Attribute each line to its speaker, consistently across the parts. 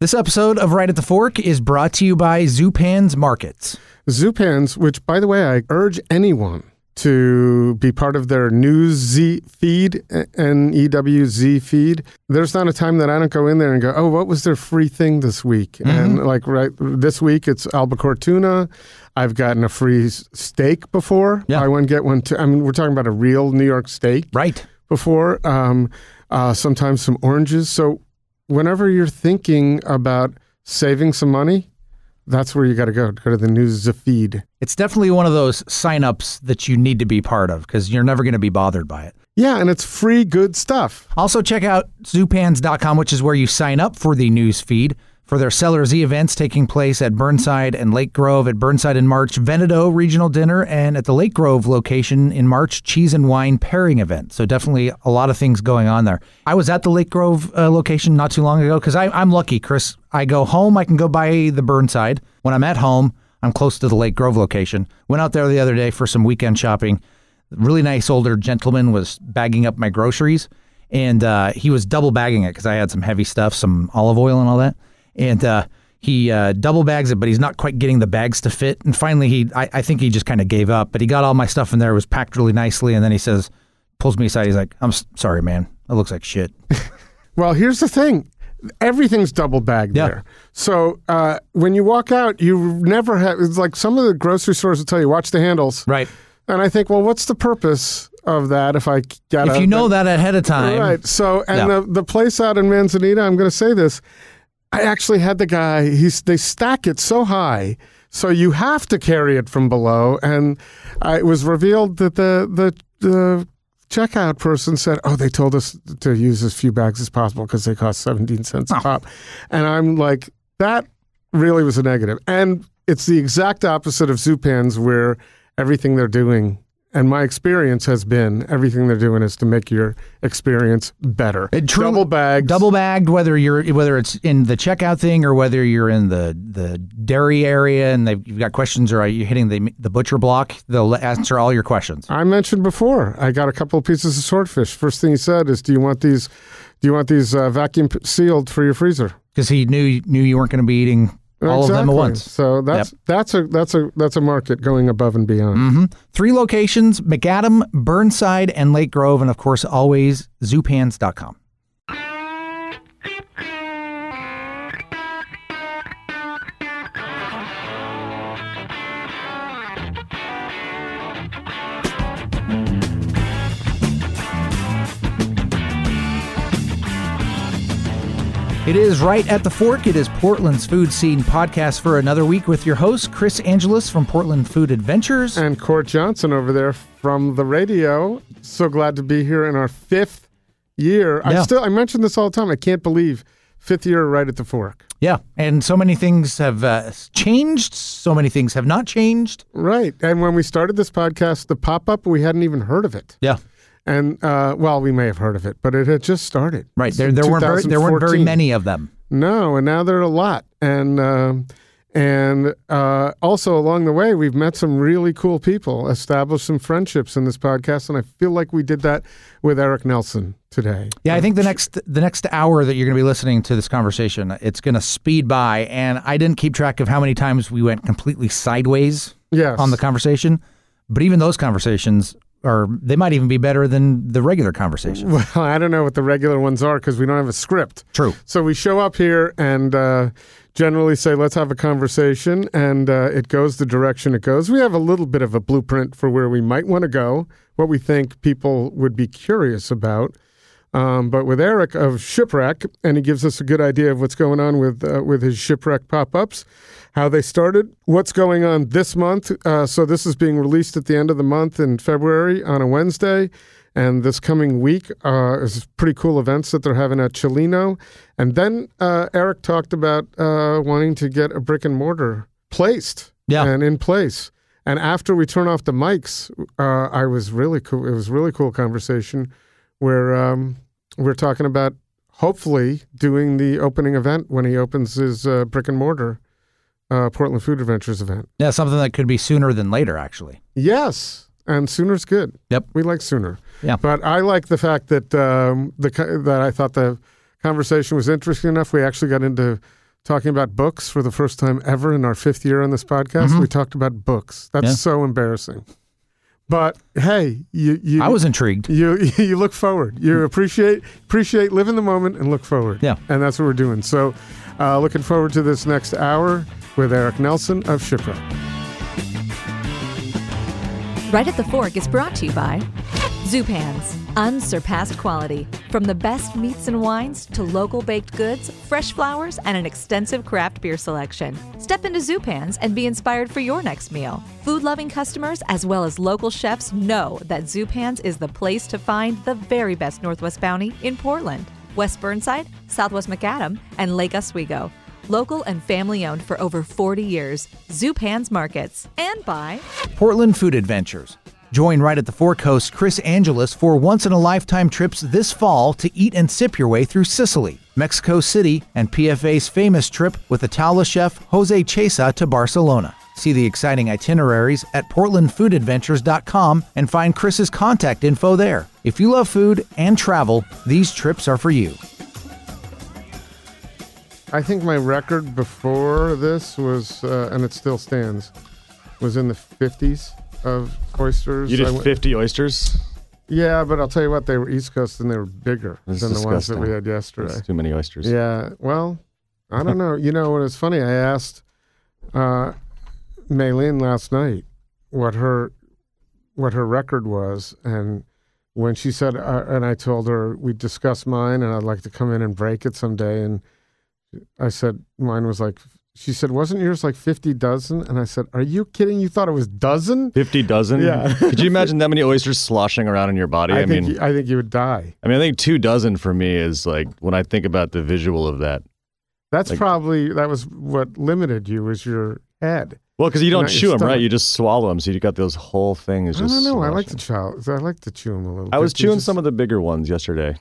Speaker 1: This episode of Right at the Fork is brought to you by Zupan's Markets.
Speaker 2: Zupans, which, by the way, I urge anyone to be part of their news Z feed, N E W Z feed. There's not a time that I don't go in there and go, oh, what was their free thing this week? And like right this week, it's albacore tuna. I've gotten a free s- steak before.
Speaker 1: Yeah.
Speaker 2: Buy one, get one. Too. I mean, we're talking about a real New York steak
Speaker 1: Right.
Speaker 2: before, um, uh, sometimes some oranges. So, whenever you're thinking about saving some money, that's where you got to go. Go to the news feed.
Speaker 1: It's definitely one of those signups that you need to be part of because you're never going to be bothered by it.
Speaker 2: Yeah, and it's free, good stuff.
Speaker 1: Also, check out Zupans.com, which is where you sign up for the news feed for their Seller Z events taking place at Burnside and Lake Grove, at Burnside in March, Veneto Regional Dinner, and at the Lake Grove location in March, Cheese and Wine Pairing Event. So, definitely a lot of things going on there. I was at the Lake Grove uh, location not too long ago because I'm lucky, Chris. I go home, I can go by the Burnside. When I'm at home, I'm close to the Lake Grove location. Went out there the other day for some weekend shopping really nice older gentleman was bagging up my groceries and uh, he was double bagging it because I had some heavy stuff, some olive oil and all that. And uh, he uh, double bags it, but he's not quite getting the bags to fit. And finally, he I, I think he just kind of gave up, but he got all my stuff in there. It was packed really nicely. And then he says, pulls me aside. He's like, I'm s- sorry, man. That looks like shit.
Speaker 2: Well, here's the thing everything's double bagged
Speaker 1: Yeah.
Speaker 2: there. So uh, when you walk out, you never have, it's like some of the grocery stores will tell you, watch the handles.
Speaker 1: Right.
Speaker 2: And I think, well, what's the purpose of that if I got
Speaker 1: If you know that ahead of time,
Speaker 2: Uh, Right. So, and
Speaker 1: Yeah.
Speaker 2: the, the place out in Manzanita, I'm going to say this. I actually had the guy, he's, they stack it so high. So you have to carry it from below. And I, it was revealed that the, the, the checkout person said, Oh, they told us to use as few bags as possible because they cost 17 cents
Speaker 1: Oh.
Speaker 2: a pop. And I'm like, That really was a negative. And it's the exact opposite of Zupans, where everything they're doing, and my experience has been everything they're doing is to make your experience better.
Speaker 1: It truly-
Speaker 2: double bags.
Speaker 1: double bagged whether you're whether it's in the checkout thing or whether you're in the the dairy area and they've, you've got questions or are you hitting the the butcher block they'll answer all your questions
Speaker 2: I mentioned before, I got a couple of pieces of swordfish. First thing he said is, "Do you want these? Do you want these uh, vacuum p- sealed for your freezer?"
Speaker 1: because he knew knew you weren't going to be eating all of them at
Speaker 2: Exactly.
Speaker 1: once
Speaker 2: So that's that's a that's a that's a market going above and beyond.
Speaker 1: Mm-hmm. three locations mcadam burnside and lake grove and of course always zoopans.com It is right at the fork. It is Portland's food scene podcast for another week with your host Chris Angelus from Portland Food Adventures.
Speaker 2: And Court Johnson over there from the radio. So glad to be here in our fifth year.
Speaker 1: Yeah.
Speaker 2: I still I mention this all the time. I can't believe fifth year right at the fork.
Speaker 1: Yeah, and so many things have uh, changed. So many things have not changed.
Speaker 2: Right. And when we started this podcast, the pop up we hadn't even heard of it.
Speaker 1: Yeah,
Speaker 2: And uh, well, we may have heard of it, but it had just started.
Speaker 1: right. There, there weren't very, there weren't very
Speaker 2: 2014.
Speaker 1: many of them.
Speaker 2: No, and now there are a lot. And um, and uh, also along the way, we've met some really cool people, established some friendships in this podcast, and I feel like we did that with Eric Nelson today.
Speaker 1: Yeah, I think the next the next hour that you're going to be listening to this conversation, it's going to speed by, and I didn't keep track of how many times we went completely sideways
Speaker 2: Yes.
Speaker 1: on the conversation. But even those conversations are they might even be better than the regular conversation.
Speaker 2: well, I don't know what the regular ones are because we don't have a script.
Speaker 1: True.
Speaker 2: So we show up here and uh, generally say, let's have a conversation, and uh, it goes the direction it goes. We have a little bit of a blueprint for where we might want to go, what we think people would be curious about. Um, but with Eric of Shipwreck, and he gives us a good idea of what's going on with uh, with his Shipwreck pop ups, how they started, what's going on this month. Uh, so this is being released at the end of the month in February on a Wednesday. And this coming week uh, is pretty cool events that they're having at Chilino. And then uh, Eric talked about uh, wanting to get a brick and mortar placed
Speaker 1: Yeah.
Speaker 2: and in place. And after we turn off the mics, uh, I was really cool. It was a really cool conversation where um, we're talking about hopefully doing the opening event when he opens his uh, brick and mortar uh, Portland Food Adventures event.
Speaker 1: Yeah, something that could be sooner than later, actually.
Speaker 2: Yes, and Sooner's good.
Speaker 1: Yep.
Speaker 2: we like Sooner.
Speaker 1: Yeah.
Speaker 2: but I like the fact that um, the co- that I thought the conversation was interesting enough. We actually got into talking about books for the first time ever in our fifth year on this podcast. We talked about books. That's
Speaker 1: Mm-hmm. Yeah.
Speaker 2: so embarrassing. But hey, you you
Speaker 1: I was intrigued.
Speaker 2: you you look forward. You appreciate appreciate live in the moment and look forward.
Speaker 1: Yeah.
Speaker 2: and that's what we're doing. So, uh, looking forward to this next hour with Eric Nelson of Shipwreck.
Speaker 3: Right at the Fork is brought to you by Zupans, unsurpassed quality. From the best meats and wines to local baked goods, fresh flowers, and an extensive craft beer selection. Step into Zupans and be inspired for your next meal. Food loving customers as well as local chefs know that Zupans is the place to find the very best Northwest Bounty in Portland, West Burnside, Southwest McAdam, and Lake Oswego. Local and family owned for over 40 years, Zupans Markets. And by
Speaker 1: Portland Food Adventures. Join right at the Fork host Chris Angeles for once in a lifetime trips this fall to eat and sip your way through Sicily, Mexico City, and PFA's famous trip with Itala chef Jose Chesa to Barcelona. See the exciting itineraries at portlandfoodadventures.com and find Chris's contact info there. If you love food and travel, these trips are for you.
Speaker 2: I think my record before this was, uh, and it still stands, was in the 50s of oysters. I
Speaker 4: You did
Speaker 2: went-
Speaker 4: 50 oysters?
Speaker 2: yeah, but I'll tell you what, they were East Coast and they were bigger
Speaker 4: That's
Speaker 2: than the ones that
Speaker 4: disgusting.
Speaker 2: we had yesterday.
Speaker 4: That's too many oysters.
Speaker 2: Yeah. Well, I don't know. You know, and it's funny. I asked uh, Maylene last night what her what her record was, and when she said, uh, and I told her we discussed mine, and I'd like to come in and break it someday, and I said mine was like. She said, "Wasn't yours like fifty dozen?" And I said, "Are you kidding? You thought it was dozen?
Speaker 4: 50 dozen?
Speaker 2: Yeah.
Speaker 4: Could you imagine that many oysters sloshing around in your body? I,
Speaker 2: I, think
Speaker 4: mean,
Speaker 2: you, I think you would die.
Speaker 4: I mean, I think two dozen for me is like when I think about the visual of that.
Speaker 2: That's
Speaker 4: Like-
Speaker 2: probably that was what limited you was your head."
Speaker 4: Well, because you don't
Speaker 2: Not your
Speaker 4: chew them, right?
Speaker 2: stomach.
Speaker 4: You just swallow them. So you got those whole things
Speaker 2: I
Speaker 4: just.
Speaker 2: don't know. I like to
Speaker 4: sloshing.
Speaker 2: chow. I like to chew them a little.
Speaker 4: I was
Speaker 2: bit. You
Speaker 4: chewing
Speaker 2: just-
Speaker 4: some of the bigger ones yesterday.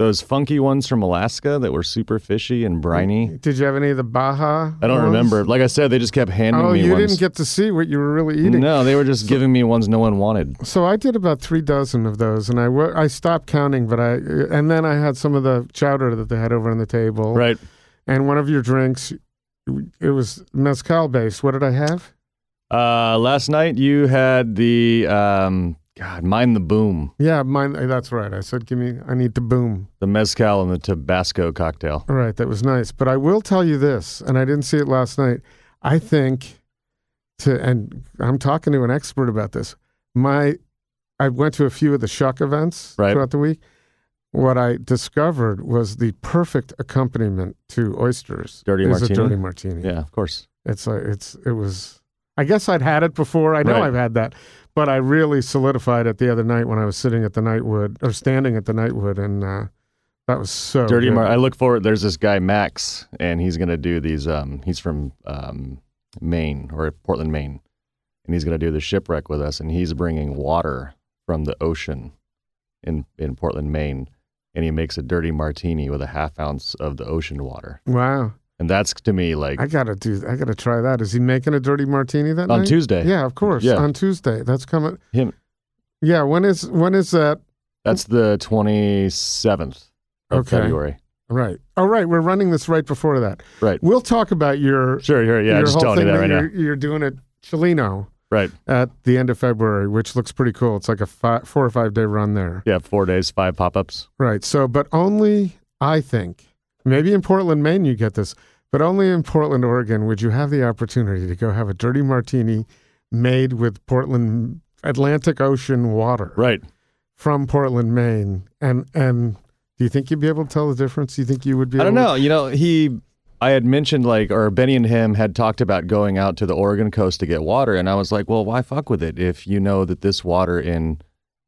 Speaker 4: Those funky ones from Alaska that were super fishy and briny.
Speaker 2: Did you have any of the Baja?
Speaker 4: I don't
Speaker 2: ones?
Speaker 4: remember. Like I said, they just kept handing
Speaker 2: Oh,
Speaker 4: me
Speaker 2: you
Speaker 4: ones.
Speaker 2: didn't get to see what you were really eating.
Speaker 4: No, they were just giving me ones no one wanted.
Speaker 2: So I did about three dozen of those, and I wa- I stopped counting. But I and then I had some of the chowder that they had over on the table.
Speaker 4: Right.
Speaker 2: And one of your drinks, it was mezcal based. What did I have?
Speaker 4: Uh, last night you had the um, God, mind the boom,
Speaker 2: Yeah, mine. That's right. I said, give me. I need to boom.
Speaker 4: the mezcal and the Tabasco cocktail.
Speaker 2: All right, that was nice. But I will tell you this, and I didn't see it last night. I think to and I'm talking to an expert about this. My I went to a few of the shock events
Speaker 4: Right.
Speaker 2: throughout the week. What I discovered was the perfect accompaniment to oysters
Speaker 4: Dirty
Speaker 2: is
Speaker 4: martini?
Speaker 2: a dirty martini.
Speaker 4: Yeah, of course.
Speaker 2: It's like it's it was I guess I'd had it before. I know
Speaker 4: Right.
Speaker 2: I've had that, but I really solidified it the other night when I was sitting at the Nightwood or standing at the Nightwood, and uh, that was so
Speaker 4: Dirty.
Speaker 2: good.
Speaker 4: Mar- I look forward. There's this guy Max, and he's gonna do these. Um, he's from um, Maine or Portland, Maine, and he's gonna do the shipwreck with us. And he's bringing water from the ocean in in Portland, Maine, and he makes a dirty martini with a half ounce of the ocean water.
Speaker 2: Wow.
Speaker 4: And that's to me like
Speaker 2: I gotta do. I gotta try that. Is he making a dirty martini that
Speaker 4: on
Speaker 2: night?
Speaker 4: Tuesday.
Speaker 2: Yeah, of course.
Speaker 4: Yeah.
Speaker 2: On Tuesday. That's coming.
Speaker 4: Him.
Speaker 2: Yeah. When is when is that?
Speaker 4: That's the 27th of
Speaker 2: Okay.
Speaker 4: February.
Speaker 2: Right. Oh, right. We're running this right before that.
Speaker 4: Right.
Speaker 2: We'll talk about your
Speaker 4: Sure, sure. Yeah,
Speaker 2: your
Speaker 4: just
Speaker 2: whole
Speaker 4: telling
Speaker 2: thing
Speaker 4: you that right
Speaker 2: you're,
Speaker 4: now.
Speaker 2: you're doing at Chelino
Speaker 4: Right.
Speaker 2: at the end of February, which looks pretty cool. It's like a fi four or five day run there.
Speaker 4: Yeah, four days, five pop ups.
Speaker 2: Right. So, but only I think maybe in Portland, Maine, you get this, but only in Portland, Oregon, would you have the opportunity to go have a dirty martini made with Portland Atlantic Ocean water
Speaker 4: Right.
Speaker 2: from Portland, Maine, and and do you think you'd be able to tell the difference? Do you think you would be?
Speaker 4: I don't
Speaker 2: able-
Speaker 4: know. You know, he, I had mentioned like, or Benny and him had talked about going out to the Oregon coast to get water. And I was like, well, why fuck with it if you know that this water in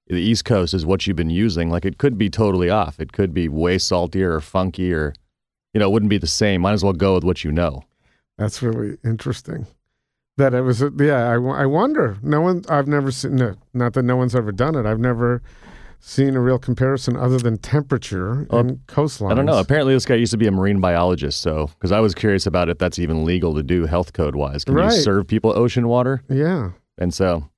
Speaker 4: the East Coast is what you've been using? Like, it could be totally off. It could be way saltier or funky or, you know, it wouldn't be the same. Might as well go with what you know.
Speaker 2: That's really interesting. That it was, a, yeah. I, w- I wonder. No one. I've never seen. No, not that no one's ever done it. I've never seen a real comparison other than temperature
Speaker 4: Well,
Speaker 2: and coastline.
Speaker 4: I don't know. Apparently, this guy used to be a marine biologist. So, because I was curious about if that's even legal to do health code wise. Can
Speaker 2: Right.
Speaker 4: you serve people ocean water?
Speaker 2: Yeah.
Speaker 4: And so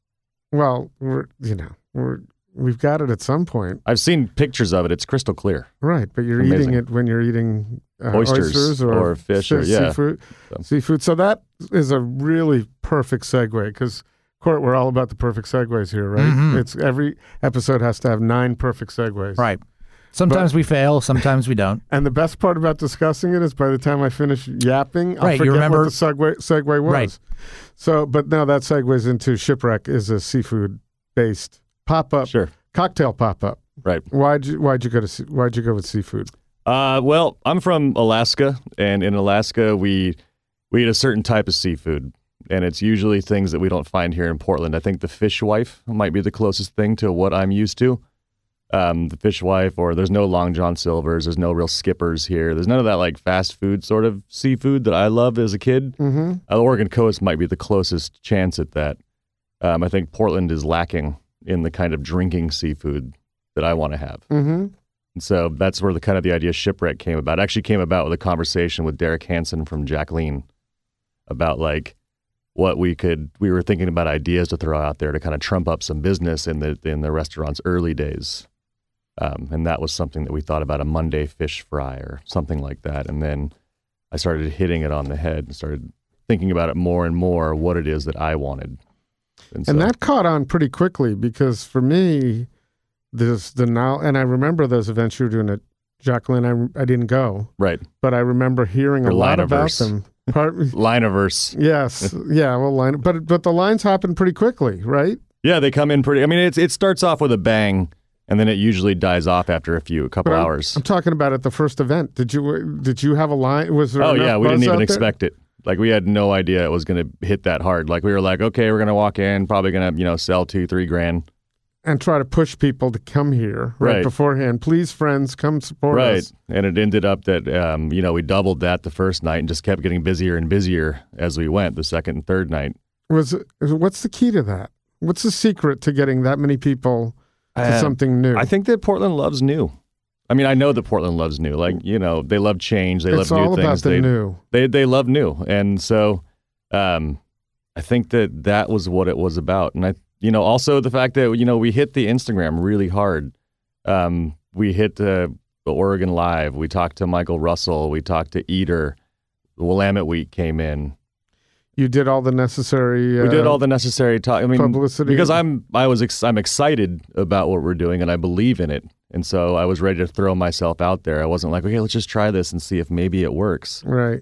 Speaker 2: Well, we're you know we're we've got it at some point,
Speaker 4: I've seen pictures of it. It's crystal clear.
Speaker 2: right? But you're
Speaker 4: Amazing.
Speaker 2: eating it when you're eating uh,
Speaker 4: Oysters or fish or-
Speaker 2: sea-
Speaker 4: yeah.
Speaker 2: seafood.
Speaker 4: So-
Speaker 2: Seafood. So that is a really perfect segue because Court, we're all about the perfect segues here, right? It's every episode has to have nine perfect segues.
Speaker 1: Mm-hmm. Right. Sometimes we fail, sometimes we don't.
Speaker 2: And the best part about discussing it is by the time I finish yapping, I
Speaker 1: Right, you
Speaker 2: forget
Speaker 1: remember-
Speaker 2: what the segue, segue was.
Speaker 1: Right.
Speaker 2: So, but now that segues into Shipwreck is a seafood based pop up
Speaker 4: Sure.
Speaker 2: cocktail pop up.
Speaker 4: Right.
Speaker 2: Why'd you Why'd you go to se- Why'd you go with seafood?
Speaker 4: Uh, well, I'm from Alaska, and in Alaska, we we eat a certain type of seafood, and it's usually things that we don't find here in Portland. I think the fishwife might be the closest thing to what I'm used to. Um, the fishwife, or there's no Long John Silver's, there's no real skippers here. There's none of that like fast food sort of seafood that I loved as a kid.
Speaker 2: Mm-hmm.
Speaker 4: Uh, Oregon coast might be the closest chance at that. Um, I think Portland is lacking in the kind of drinking seafood that I want to have.
Speaker 2: Mm-hmm.
Speaker 4: And so that's where the kind of the idea shipwreck came about. It actually came about with a conversation with Derek Hansen from Jacqueline about like what we could we were thinking about ideas to throw out there to kind of trump up some business in the in the restaurant's early days. Um, and that was something that we thought about a Monday fish fry or something like that. And then I started hitting it on the head and started thinking about it more and more what it is that I wanted.
Speaker 2: And
Speaker 4: so-
Speaker 2: that caught on pretty quickly because for me, there's the now, and I remember those events you were doing at Jacqueline. I, I didn't go,
Speaker 4: right.
Speaker 2: but I remember hearing a
Speaker 4: Your
Speaker 2: lot about
Speaker 4: Lineverse.
Speaker 2: them. Pardon-
Speaker 4: Lineaverse.
Speaker 2: yes, yeah, well, line, but but the lines happen pretty quickly, right?
Speaker 4: Yeah, they come in pretty. I mean, it's it starts off with a bang, and then it usually dies off after a few, a couple
Speaker 2: But I'm-
Speaker 4: hours.
Speaker 2: I'm talking about at the first event. Did you did you have a line? Was there?
Speaker 4: oh
Speaker 2: enough
Speaker 4: yeah, we didn't
Speaker 2: buzz out
Speaker 4: even
Speaker 2: there?
Speaker 4: expect it. Like we had no idea it was going to hit that hard. Like we were like, okay, we're going to walk in, probably going to you know sell two, three grand.
Speaker 2: and try to push people to come here right,
Speaker 4: Right.
Speaker 2: beforehand. Please, friends, come support
Speaker 4: Right,
Speaker 2: us.
Speaker 4: and it ended up that um, you know we doubled that the first night and just kept getting busier and busier as we went the second and third night.
Speaker 2: Was what's the key to that? What's the secret to getting that many people to
Speaker 4: Uh,
Speaker 2: something new?
Speaker 4: I think that Portland loves new. I mean, I know that Portland loves new. Like you know, they love change. They
Speaker 2: it's
Speaker 4: love new
Speaker 2: all about
Speaker 4: things.
Speaker 2: the
Speaker 4: they,
Speaker 2: new.
Speaker 4: they they love new and so um i think that that was what it was about and i you know also the fact that you know we hit the instagram really hard um we hit uh, the oregon live we talked to michael russell we talked to eater willamette week came in
Speaker 2: You did all the necessary. Uh,
Speaker 4: we did all the necessary talk. I mean,
Speaker 2: Publicity.
Speaker 4: because I'm I was ex- I'm excited about what we're doing and I believe in it, and so I was ready to throw myself out there. I wasn't like, okay, let's just try this and see if maybe it works.
Speaker 2: uh, right,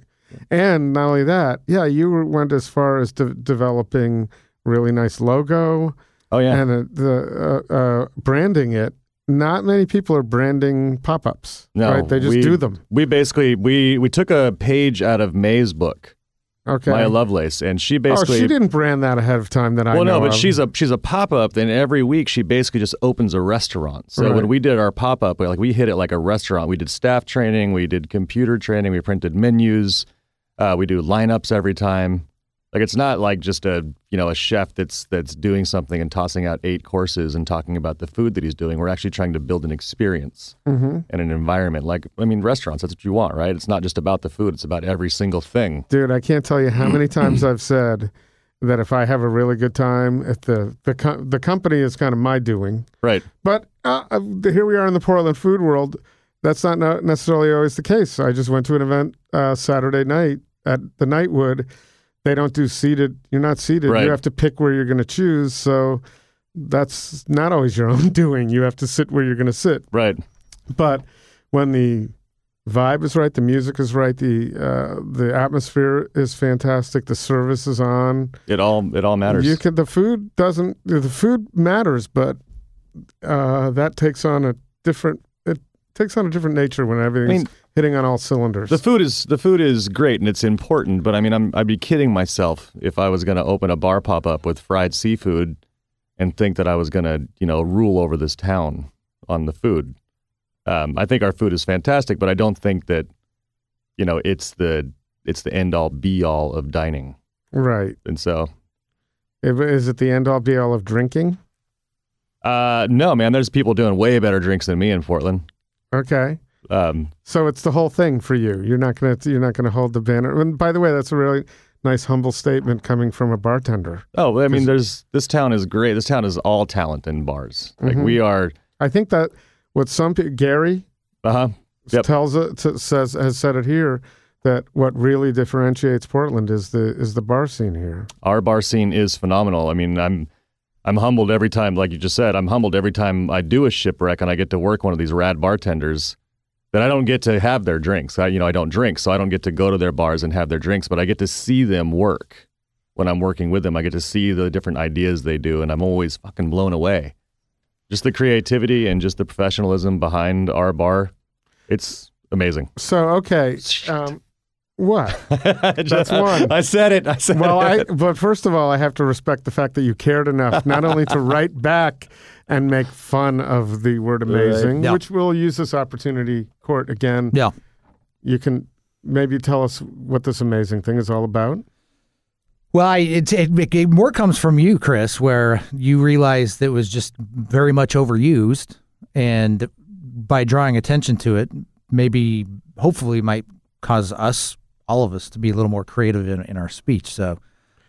Speaker 2: and not only that, yeah, you were- went as far as de- developing really nice logo
Speaker 4: Oh yeah,
Speaker 2: and uh the uh, uh, branding it. Not many people are branding pop-ups.
Speaker 4: No,
Speaker 2: right? They just
Speaker 4: we-
Speaker 2: do them.
Speaker 4: We basically we we took a page out of May's book,
Speaker 2: Okay.
Speaker 4: Maya Lovelace, and she
Speaker 2: oh,
Speaker 4: basically.
Speaker 2: she didn't brand that ahead of time. That I
Speaker 4: well,
Speaker 2: know
Speaker 4: no, but
Speaker 2: of.
Speaker 4: she's a she's a pop up, and every week she basically just opens a restaurant. So
Speaker 2: Right.
Speaker 4: when we did our pop up, like we hit it like a restaurant. We did staff training, we did computer training, we printed menus, uh, we do lineups every time. Like it's not like just a you know a chef that's that's doing something and tossing out eight courses and talking about the food that he's doing. We're actually trying to build an experience
Speaker 2: Mhm.
Speaker 4: and an environment. Like, I mean, restaurants, that's what you want, right? It's not just about the food, it's about every single thing.
Speaker 2: Dude, I can't tell you how many times I've said that if I have a really good time, if the the co- the company is kind of my doing,
Speaker 4: Right.
Speaker 2: but uh, uh, here we are in the Portland food world. That's not no- necessarily always the case. I just went to an event uh, Saturday night at the Nightwood. They don't do seated. You're not seated.
Speaker 4: Right.
Speaker 2: You have to pick where you're going to choose. So that's not always your own doing. You have to sit where you're going to sit.
Speaker 4: Right.
Speaker 2: But when the vibe is right, the music is right, the uh, the atmosphere is fantastic, the service is on.
Speaker 4: It all it all matters.
Speaker 2: You can the food doesn't the food matters, but uh, that takes on a different it takes on a different nature when everything's
Speaker 4: mean,
Speaker 2: hitting on all cylinders.
Speaker 4: the food is the food is great and it's important, but I mean I'm I'd be kidding myself if I was gonna open a bar pop up with fried seafood and think that I was gonna, you know, rule over this town on the food. Um, I think our food is fantastic, but I don't think that, you know, it's the it's the end all be all of dining.
Speaker 2: right.
Speaker 4: And so
Speaker 2: If- Is it the end all be all of drinking?
Speaker 4: uh no man, there's people doing way better drinks than me in Portland.
Speaker 2: Okay.
Speaker 4: Um,
Speaker 2: So it's the whole thing for you. You're not gonna you're not gonna hold the banner. And by the way, that's a really nice humble statement coming from a bartender.
Speaker 4: oh, well, I mean, there's this town is great. This town is all talent in bars. Like we are,
Speaker 2: I think that what some people, Gary,
Speaker 4: uh huh. Yep.
Speaker 2: tells it t- says has said it here that what really differentiates Portland is the is the bar scene here.
Speaker 4: our bar scene is phenomenal. I mean, I'm I'm humbled every time, like you just said, I'm humbled every time I do a shipwreck and I get to work one of these rad bartenders that I don't get to have their drinks. I, you know, I don't drink, so I don't get to go to their bars and have their drinks, but I get to see them work when I'm working with them. I get to see the different ideas they do, and I'm always fucking blown away. Just the creativity and just the professionalism behind our bar. It's amazing.
Speaker 2: So okay, um, what?
Speaker 4: That's
Speaker 2: one.
Speaker 4: I said it. I said
Speaker 2: Well,
Speaker 4: it.
Speaker 2: I, but first of all, I have to respect the fact that you cared enough not only to write back and make fun of the word amazing,
Speaker 1: Yeah.
Speaker 2: which we'll use this opportunity court again.
Speaker 1: Yeah.
Speaker 2: You can maybe tell us what this amazing thing is all about.
Speaker 1: Well, I, it, it, it more comes from you, Chris, where you realized it was just very much overused, and by drawing attention to it, maybe hopefully might cause us, all of us, to be a little more creative in, in our speech. So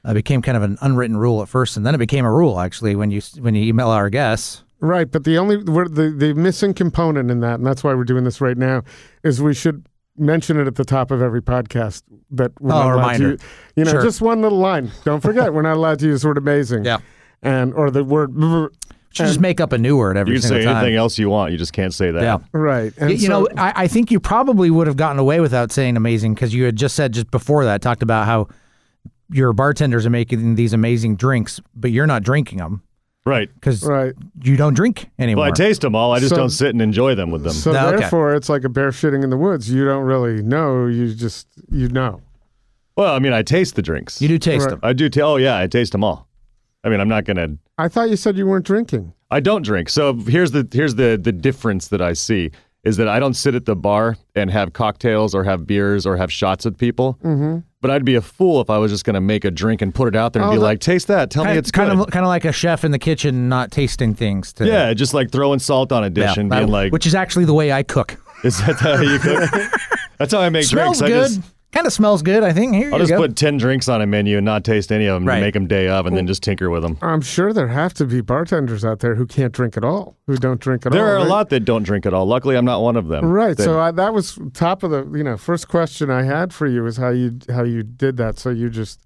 Speaker 1: uh, it became kind of an unwritten rule at first, and then it became a rule actually when you when you email our guests.
Speaker 2: Right, but the only we're, the the missing component in that, and that's why we're doing this right now, is we should mention it at the top of every podcast that we're
Speaker 1: Oh,
Speaker 2: not
Speaker 1: a
Speaker 2: allowed
Speaker 1: reminder.
Speaker 2: to use, you know
Speaker 1: Sure.
Speaker 2: just one little line. Don't forget, we're not allowed to use the word amazing.
Speaker 1: Yeah.
Speaker 2: and or the word brr.
Speaker 1: Should just make up a new word every
Speaker 4: you can
Speaker 1: single
Speaker 4: say
Speaker 1: time.
Speaker 4: anything else you want. You just can't say that.
Speaker 1: Yeah.
Speaker 2: right. And
Speaker 1: Y- you
Speaker 2: so-
Speaker 1: know, I, I think you probably would have gotten away without saying amazing because you had just said just before that talked about how your bartenders are making these amazing drinks, but you're not drinking them
Speaker 4: Right.
Speaker 1: because
Speaker 2: right.
Speaker 1: you don't drink
Speaker 4: Well,
Speaker 1: anymore.
Speaker 4: I taste them all. I just
Speaker 2: So-
Speaker 4: don't sit and enjoy them with them.
Speaker 2: So
Speaker 1: um, No, okay.
Speaker 2: therefore, it's like a bear shitting in the woods. You don't really know. You just you know.
Speaker 4: well, I mean, I taste the drinks.
Speaker 1: you do taste
Speaker 2: Right.
Speaker 1: them.
Speaker 4: I do. T- oh yeah, I taste them all. I mean, I'm not gonna.
Speaker 2: I thought you said you weren't drinking.
Speaker 4: I don't drink. So here's the here's the the difference that I see is that I don't sit at the bar and have cocktails or have beers or have shots with people. Mm-hmm. But I'd be a fool if I was just gonna make a drink and put it out there and
Speaker 2: Oh,
Speaker 4: be
Speaker 2: that-
Speaker 4: like, taste that. Tell me
Speaker 1: Kind,
Speaker 4: it's
Speaker 1: kind
Speaker 4: good.
Speaker 1: of kind of like a chef in the kitchen not tasting things. To,
Speaker 4: yeah, just like throwing salt on a dish and
Speaker 1: that-
Speaker 4: being like,
Speaker 1: which is actually the way I cook.
Speaker 4: is that how you cook? That's how I make
Speaker 1: Smells
Speaker 4: drinks. I
Speaker 1: good.
Speaker 4: just
Speaker 1: Kind of smells good. I think. Here
Speaker 4: I'll
Speaker 1: you
Speaker 4: just
Speaker 1: go.
Speaker 4: put ten drinks on a menu and not taste any of them.
Speaker 1: Right.
Speaker 4: And make them day of, and then just tinker with them.
Speaker 2: I'm sure there have to be bartenders out there who can't drink at all, who don't drink at all.
Speaker 4: There are a
Speaker 2: right?
Speaker 4: lot that don't drink at all. Luckily, I'm not one of them.
Speaker 2: Right.
Speaker 4: That-
Speaker 2: So I, that was top of the you know first question I had for you is how you how you did that. So you just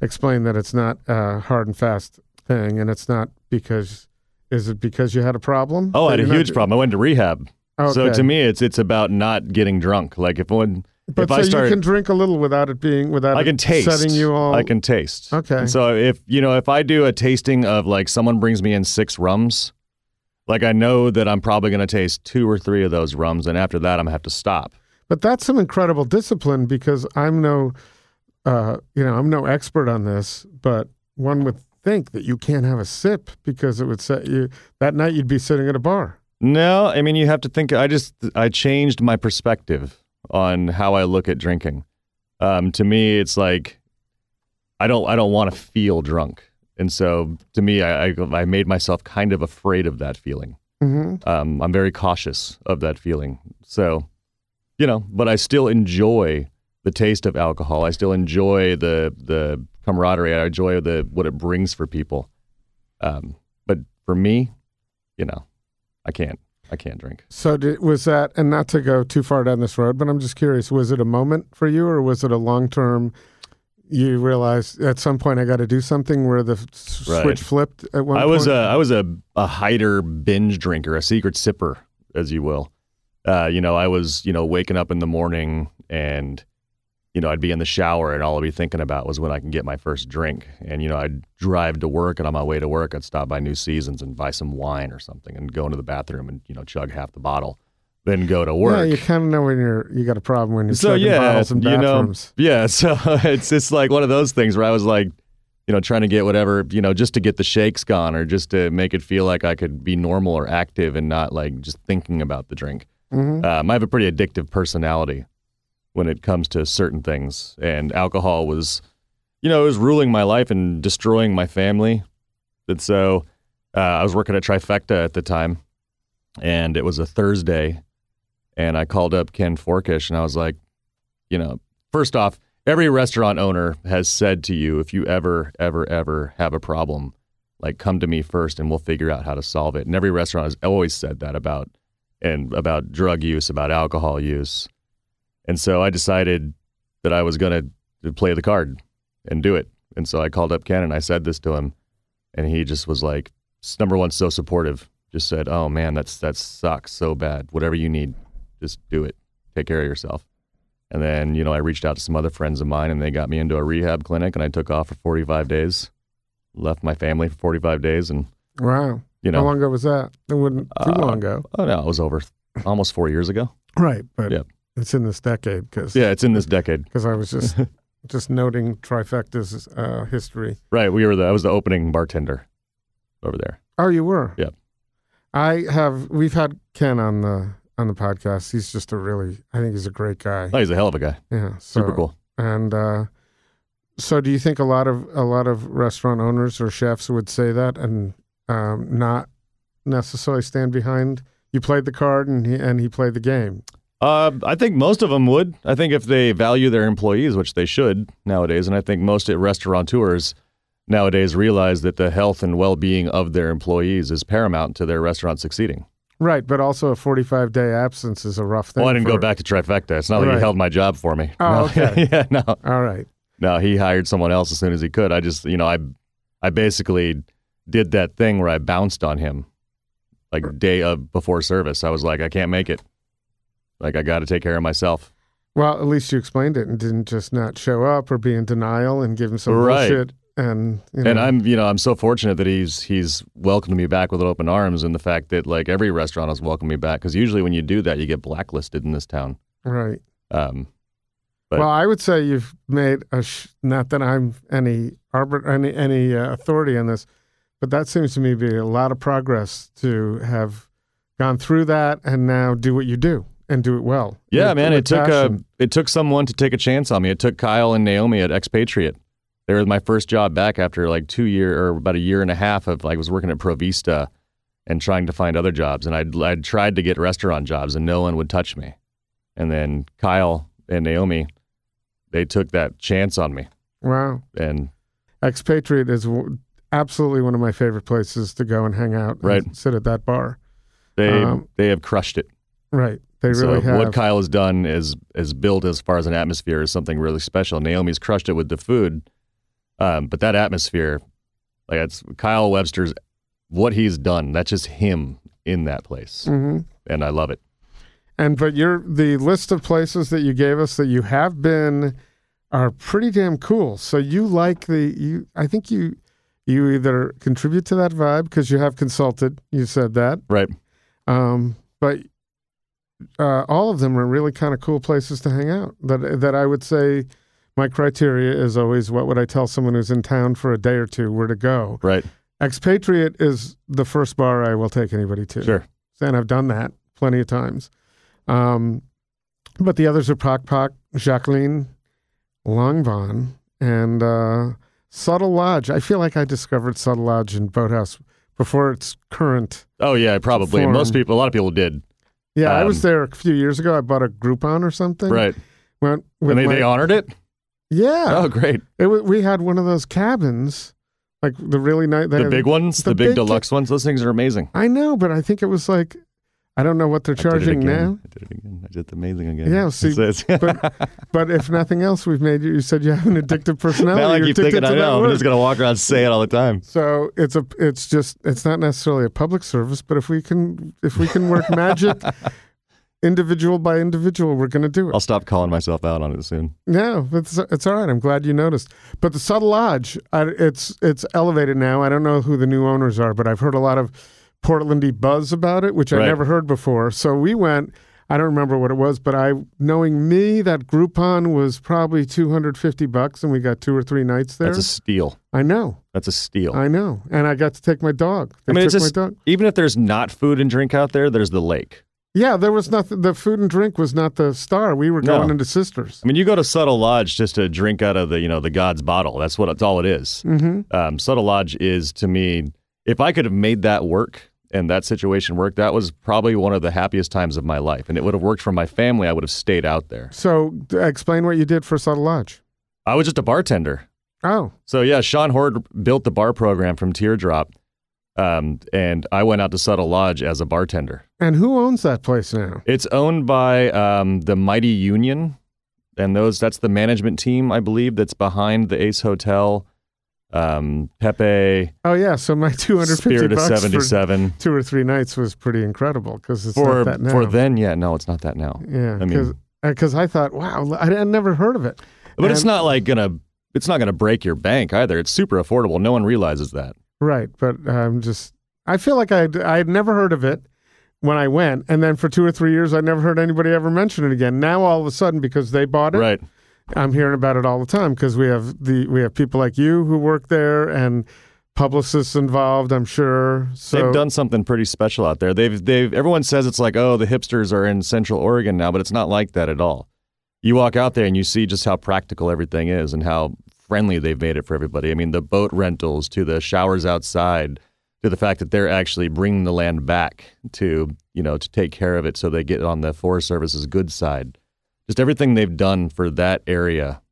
Speaker 2: explained that it's not a hard and fast thing, and it's not because is it because you had a problem?
Speaker 4: oh, I had
Speaker 2: That
Speaker 4: a
Speaker 2: you're not
Speaker 4: huge
Speaker 2: do-
Speaker 4: problem. I went to rehab. So
Speaker 2: Okay.
Speaker 4: to me, it's it's about not getting drunk. Like if one,
Speaker 2: But
Speaker 4: if
Speaker 2: so
Speaker 4: I start,
Speaker 2: you can drink a little without it being without
Speaker 4: I
Speaker 2: it
Speaker 4: can taste.
Speaker 2: setting you all.
Speaker 4: I can taste.
Speaker 2: Okay.
Speaker 4: And so if you know, if I do a tasting of like someone brings me in six rums, like I know that I'm probably going to taste two or three of those rums, and after that, I'm gonna have to stop.
Speaker 2: But that's some incredible discipline because I'm no, uh, you know, I'm no expert on this, but one would think that you can't have a sip because it would set you that night you'd be sitting at a bar.
Speaker 4: No, I mean you have to think. I just I changed my perspective on how I look at drinking. Um, to me, it's like I don't I don't want to feel drunk, and so to me, I, I I made myself kind of afraid of that feeling.
Speaker 2: Mm-hmm.
Speaker 4: Um, I'm very cautious of that feeling. So, you know, but I still enjoy the taste of alcohol. I still enjoy the the camaraderie. I enjoy the what it brings for people. Um, but for me, you know, I can't I can't drink.
Speaker 2: So did, was that, and not to go too far down this road, but I'm just curious: was it a moment for you, or was it a long term? You realized at some point I got to do something where the s-
Speaker 4: Right.
Speaker 2: switch flipped at one.
Speaker 4: I was uh, a
Speaker 2: point?
Speaker 4: I was a a hider binge drinker, a secret sipper, as you will. Uh, you know, I was you know waking up in the morning and you know I'd be in the shower and all I'd be thinking about was when I can get my first drink. And you know I'd drive to work and on my way to work I'd stop by New Seasons and buy some wine or something and go into the bathroom and you know chug half the bottle, then go to
Speaker 2: Yeah,
Speaker 4: work
Speaker 2: you kind of know when you're you got a problem when you're
Speaker 4: so
Speaker 2: chugging
Speaker 4: yeah,
Speaker 2: bottles in
Speaker 4: you know,
Speaker 2: bathrooms.
Speaker 4: yeah. So it's it's like one of those things where I was like, you know, trying to get whatever, you know, just to get the shakes gone or just to make it feel like I could be normal or active and not like just thinking about the drink.
Speaker 2: Mhm.
Speaker 4: Um, I have a pretty addictive personality when it comes to certain things, and alcohol was, you know, it was ruling my life and destroying my family. And so uh, I was working at Trifecta at the time, and it was a Thursday, and I called up Ken Forkish, and I was like, you know, first off, every restaurant owner has said to you, if you ever, ever, ever have a problem, like come to me first, and we'll figure out how to solve it. And every restaurant has always said that about and about drug use, about alcohol use. And so I decided that I was going to play the card and do it. And so I called up Ken and I said this to him, and he just was like, s- number one, so supportive. Just said, "Oh man, that's that sucks so bad. Whatever you need, just do it. Take care of yourself." And then you know I reached out to some other friends of mine, and they got me into a rehab clinic, and I took off for 45 days, left my family for 45 days, and
Speaker 2: Wow.
Speaker 4: you know,
Speaker 2: How long ago was that? It wasn't too
Speaker 4: Uh,
Speaker 2: long ago.
Speaker 4: oh no, it was over almost four years ago.
Speaker 2: Right. But
Speaker 4: yeah.
Speaker 2: it's in this decade because
Speaker 4: Yeah, it's in this decade.
Speaker 2: I was just just noting trifecta's uh, history.
Speaker 4: Right, we were the I was the opening bartender over there.
Speaker 2: Oh, you were.
Speaker 4: Yep.
Speaker 2: I have. We've had Ken on the on the podcast. He's just a really. I think he's a great guy.
Speaker 4: Oh, he's a hell of a guy.
Speaker 2: yeah. So,
Speaker 4: Super cool.
Speaker 2: And uh, so, do you think a lot of a lot of restaurant owners or chefs would say that and um, not necessarily stand behind? You played the card, and he and he played the game.
Speaker 4: Uh, I think most of them would. I think if they value their employees, which they should nowadays, and I think most restaurateurs nowadays realize that the health and well-being of their employees is paramount to their restaurant succeeding.
Speaker 2: Right, but also a forty-five day absence is a rough thing.
Speaker 4: well, I didn't go
Speaker 2: for-
Speaker 4: back to trifecta. It's not like
Speaker 2: Right.
Speaker 4: he held my job for me.
Speaker 2: Oh,
Speaker 4: No.
Speaker 2: okay.
Speaker 4: yeah, no.
Speaker 2: All right.
Speaker 4: No, he hired someone else as soon as he could. I just, you know, I, I basically did that thing where I bounced on him, like day of before service. I was like, I can't make it. Like I got to take care of myself.
Speaker 2: Well, at least you explained it and didn't just not show up or be in denial and give him some
Speaker 4: Right.
Speaker 2: bullshit. And you know,
Speaker 4: And I'm, you know, I'm so fortunate that he's he's welcomed me back with open arms, and the fact that like every restaurant has welcomed me back because usually when you do that, you get blacklisted in this town.
Speaker 2: right.
Speaker 4: Um, but-
Speaker 2: well, I would say you've made a sh- not that I'm any arbit- any any uh, authority on this, but that seems to me to be a lot of progress to have gone through that and now do what you do and do it well.
Speaker 4: Yeah,
Speaker 2: With-
Speaker 4: man,
Speaker 2: with
Speaker 4: it took
Speaker 2: passion.
Speaker 4: a, it took someone to take a chance on me. It took Kyle and Naomi at Expatriate. They were my first job back after like two year or about a year and a half of like I was working at Provista and trying to find other jobs. And I'd I'd tried to get restaurant jobs and no one would touch me. And then Kyle and Naomi, they took that chance on me.
Speaker 2: wow.
Speaker 4: And
Speaker 2: Expatriate is w- absolutely one of my favorite places to go and hang out.
Speaker 4: Right.
Speaker 2: and sit at that bar.
Speaker 4: they
Speaker 2: Um,
Speaker 4: they have crushed it.
Speaker 2: Right. They
Speaker 4: so
Speaker 2: really have.
Speaker 4: what Kyle has done is is built as far as an atmosphere is something really special. Naomi's crushed it with the food, um, but that atmosphere, like that's Kyle Webster's, what he's done. That's just him in that place,
Speaker 2: Mhm.
Speaker 4: and I love it.
Speaker 2: And but your the list of places that you gave us that you have been are pretty damn cool. So you like the you I think you you either contribute to that vibe because you have consulted, you said that.
Speaker 4: Right?
Speaker 2: Um but uh, all of them are really kind of cool places to hang out. That that I would say my criteria is always what would I tell someone who's in town for a day or two where to go.
Speaker 4: Right?
Speaker 2: Expatriate is the first bar I will take anybody to
Speaker 4: Sure.
Speaker 2: and I've done that plenty of times. Um, but the others are Pock Pock, Jacqueline, Longbon, and uh, Subtle Lodge. I feel like I discovered Subtle Lodge and Boathouse before its current.
Speaker 4: Oh yeah, probably.
Speaker 2: Form.
Speaker 4: Most people, a lot of people did.
Speaker 2: Yeah, I was
Speaker 4: Um,
Speaker 2: there a few years ago. I bought a Groupon or something.
Speaker 4: Right?
Speaker 2: Went with
Speaker 4: And they,
Speaker 2: my-
Speaker 4: they honored it.
Speaker 2: Yeah,
Speaker 4: Oh, great!
Speaker 2: it wa- we had one of those cabins, like the really nice.
Speaker 4: The big ones,
Speaker 2: the
Speaker 4: the, big,
Speaker 2: big-
Speaker 4: deluxe ones. Those things are amazing.
Speaker 2: I know, but I think it was like, I don't know what they're charging
Speaker 4: I did it again.
Speaker 2: now.
Speaker 4: I did it again. I did the amazing again.
Speaker 2: Yeah, see,
Speaker 4: It's- it's-
Speaker 2: but- But if nothing else, we've made you. You said you have an addictive personality.
Speaker 4: now I
Speaker 2: You're
Speaker 4: keep
Speaker 2: addicted
Speaker 4: thinking
Speaker 2: to
Speaker 4: I
Speaker 2: that
Speaker 4: know. I'm
Speaker 2: word.
Speaker 4: just gonna walk around saying it all the time.
Speaker 2: So it's a. It's just. It's not necessarily a public service, but if we can, if we can work magic, individual by individual, we're going to do it.
Speaker 4: I'll stop calling myself out on it soon.
Speaker 2: No, it's it's all right. I'm glad you noticed. But the Subtle Lodge, I, it's it's elevated now. I don't know who the new owners are, but I've heard a lot of Portlandy buzz about it, which I
Speaker 4: Right.
Speaker 2: never heard before. So we went. I don't remember what it was, but I knowing me, that Groupon was probably 250 bucks, and we got two or three nights there.
Speaker 4: That's a steal.
Speaker 2: I know,
Speaker 4: That's a steal.
Speaker 2: I know, and I got to take my dog. They
Speaker 4: I mean,
Speaker 2: took
Speaker 4: it's just
Speaker 2: my dog.
Speaker 4: even if there's not food and drink out there, there's the lake.
Speaker 2: Yeah, there was nothing. The food and drink was not the star. We were
Speaker 4: No.
Speaker 2: going into Sisters.
Speaker 4: I mean, you go to Subtle Lodge just to drink out of the you know the God's bottle. That's what it's all it is.
Speaker 2: Mm-hmm.
Speaker 4: Um, Subtle Lodge is to me, if I could have made that work and that situation work, that was probably one of the happiest times of my life, and it would have worked for my family. I would have stayed out there.
Speaker 2: So d- explain what you did for Subtle Lodge.
Speaker 4: I was just a bartender.
Speaker 2: Oh,
Speaker 4: So yeah, Sean Horde built the bar program from Teardrop, um, and I went out to Subtle Lodge as a bartender.
Speaker 2: And who owns that place now?
Speaker 4: It's owned by um, the Mighty Union, and those that's the management team I believe that's behind the Ace Hotel, um, Pepe,
Speaker 2: Oh yeah, so my two hundred fifty
Speaker 4: Spirit of
Speaker 2: bucks
Speaker 4: Seventy Seven.
Speaker 2: for two or three nights was pretty incredible because it's
Speaker 4: For
Speaker 2: not that now.
Speaker 4: for then, yeah, no, it's not that now.
Speaker 2: yeah,
Speaker 4: I mean,
Speaker 2: because I thought, wow, I had never heard of it.
Speaker 4: but it's
Speaker 2: and-
Speaker 4: not like gonna it's not gonna break your bank either. It's super affordable. No one realizes that.
Speaker 2: Right, but I'm just I feel like I I had never heard of it when I went, and then for two or three years I never heard anybody ever mention it again. Now all of a sudden, because they bought it,
Speaker 4: Right.
Speaker 2: I'm hearing about it all the time because we have the we have people like you who work there and publicists involved. I'm sure. So
Speaker 4: they've done something pretty special out there. They've they've everyone says it's like, oh, the hipsters are in Central Oregon now, but it's not like that at all. You walk out there and you see just how practical everything is and how friendly they've made it for everybody. I mean, the boat rentals to the showers outside to the fact that they're actually bringing the land back to, you know, to take care of it so they get on the Forest Service's good side. Just everything they've done for that area.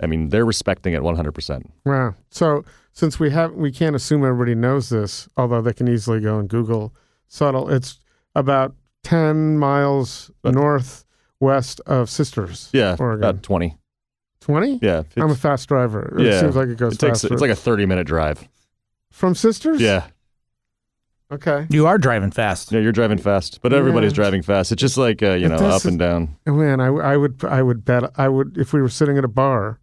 Speaker 4: I mean, they're respecting it 100%.
Speaker 2: Wow. So since we have we can't assume everybody knows this, although they can easily go and Google subtle. It's about ten miles
Speaker 4: But-
Speaker 2: northwest of Sisters.
Speaker 4: Yeah,
Speaker 2: Oregon.
Speaker 4: about 20.
Speaker 2: Twenty.
Speaker 4: Yeah.
Speaker 2: I'm a
Speaker 4: it's-
Speaker 2: fast driver. It
Speaker 4: yeah.
Speaker 2: seems like it goes
Speaker 4: it takes,
Speaker 2: faster.
Speaker 4: it's like a 30 minute drive.
Speaker 2: From Sisters?
Speaker 4: Yeah,
Speaker 2: Okay.
Speaker 1: You are driving fast.
Speaker 4: yeah, you're driving fast, but everybody's
Speaker 2: Yeah.
Speaker 4: driving fast. It's just like uh, you know,
Speaker 2: But this
Speaker 4: up and down.
Speaker 2: And Oh, Man, I, I would I would bet I would if we were sitting at a bar,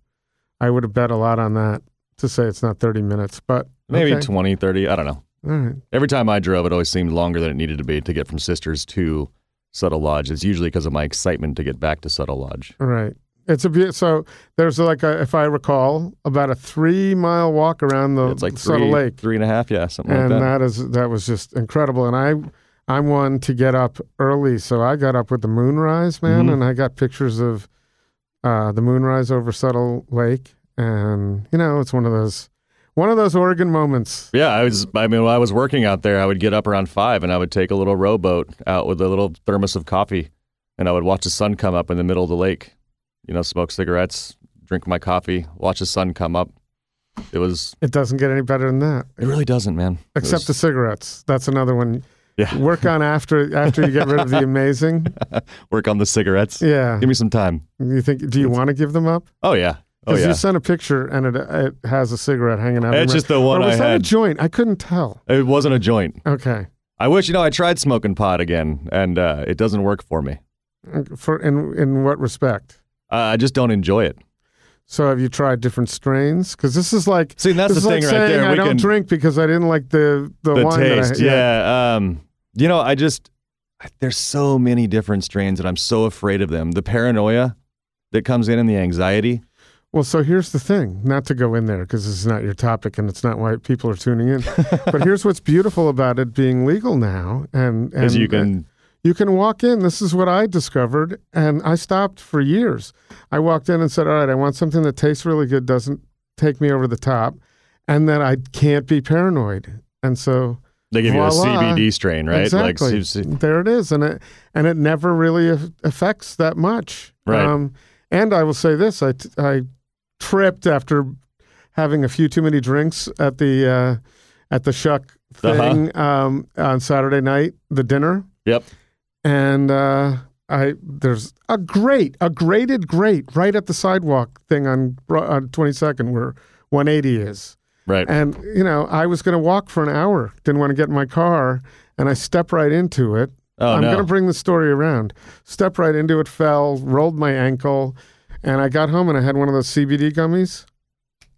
Speaker 2: I would have bet a lot on that to say it's not 30 minutes, but
Speaker 4: Maybe
Speaker 2: okay.
Speaker 4: twenty, thirty. 20, 30, I don't know.
Speaker 2: All right.
Speaker 4: Every time I drove, it always seemed longer than it needed to be to get from Sisters to Subtle Lodge. It's usually because of my excitement to get back to Subtle Lodge.
Speaker 2: All right. It's a bit so there's like a, if I recall about a 3 mile walk around the
Speaker 4: it's like
Speaker 2: Oh, Subtle
Speaker 4: three,
Speaker 2: Lake.
Speaker 4: three and a half, yeah, something
Speaker 2: and
Speaker 4: like that.
Speaker 2: that is that was just incredible and I I'm one to get up early, so I got up with the moonrise, man,
Speaker 4: Mhm.
Speaker 2: and I got pictures of uh, the moonrise over Subtle Lake and you know, it's one of those one of those Oregon moments.
Speaker 4: Yeah, I was. I mean, when I was working out there, I would get up around five, and I would take a little rowboat out with a little thermos of coffee, and I would watch the sun come up in the middle of the lake. You know, smoke cigarettes, drink my coffee, watch the sun come up. It was.
Speaker 2: It doesn't get any better than that.
Speaker 4: It really doesn't, man. It
Speaker 2: Except the
Speaker 4: was-
Speaker 2: cigarettes. That's another one.
Speaker 4: Yeah.
Speaker 2: Work on after after you get rid of the amazing.
Speaker 4: work on the cigarettes.
Speaker 2: Yeah.
Speaker 4: Give me some time.
Speaker 2: You think? Do you want to give them up?
Speaker 4: Oh yeah. Oh
Speaker 2: Because
Speaker 4: yeah.
Speaker 2: you sent a picture and it it has a cigarette hanging out. of
Speaker 4: That's
Speaker 2: your-
Speaker 4: just the one
Speaker 2: Or was
Speaker 4: I
Speaker 2: that a
Speaker 4: had.
Speaker 2: joint? I couldn't tell.
Speaker 4: It wasn't a joint.
Speaker 2: Okay.
Speaker 4: I wish you know I tried smoking pot again, and uh, it doesn't work for me.
Speaker 2: For in in what respect?
Speaker 4: Uh, I just don't enjoy it.
Speaker 2: So have you tried different strains? Because this is like
Speaker 4: See, that's
Speaker 2: this is
Speaker 4: the
Speaker 2: like
Speaker 4: thing right
Speaker 2: saying
Speaker 4: there.
Speaker 2: I
Speaker 4: We
Speaker 2: don't
Speaker 4: can-
Speaker 2: drink because I didn't like the the,
Speaker 4: The
Speaker 2: wine.
Speaker 4: taste,
Speaker 2: that I,
Speaker 4: yeah. Um, you know, I just I- there's so many different strains, and I'm so afraid of them. The paranoia that comes in and the anxiety.
Speaker 2: Well, so here's the thing, not to go in there because this is not your topic and it's not why people are tuning in. but here's what's beautiful about it being legal now, and and uh,
Speaker 4: Because you can,
Speaker 2: you can walk in. This is what I discovered, and I stopped for years. I walked in and said, "All right, I want something that tastes really good, doesn't take me over the top, and that I can't be paranoid." And so,
Speaker 4: they give you
Speaker 2: voila.
Speaker 4: a CBD strain, right?
Speaker 2: Exactly.
Speaker 4: Like, see- see-
Speaker 2: there it is, and it and it never really af- affects that much. Um,
Speaker 4: Right.
Speaker 2: and I will say this: I t- I tripped after having a few too many drinks at the uh, at the Shuck
Speaker 4: Uh-huh.
Speaker 2: thing um, on Saturday night, the dinner,
Speaker 4: yep.
Speaker 2: and uh, I there's a grate, a grated grate right at the sidewalk thing on Bro- on Twenty Second where 180 is.
Speaker 4: Right.
Speaker 2: And, you know, I was going to walk for an hour, didn't want to get in my car, and I step right into it.
Speaker 4: Oh,
Speaker 2: I'm
Speaker 4: no.
Speaker 2: going to bring the story around. Step right into it, fell, rolled my ankle, and I got home and I had one of those CBD gummies.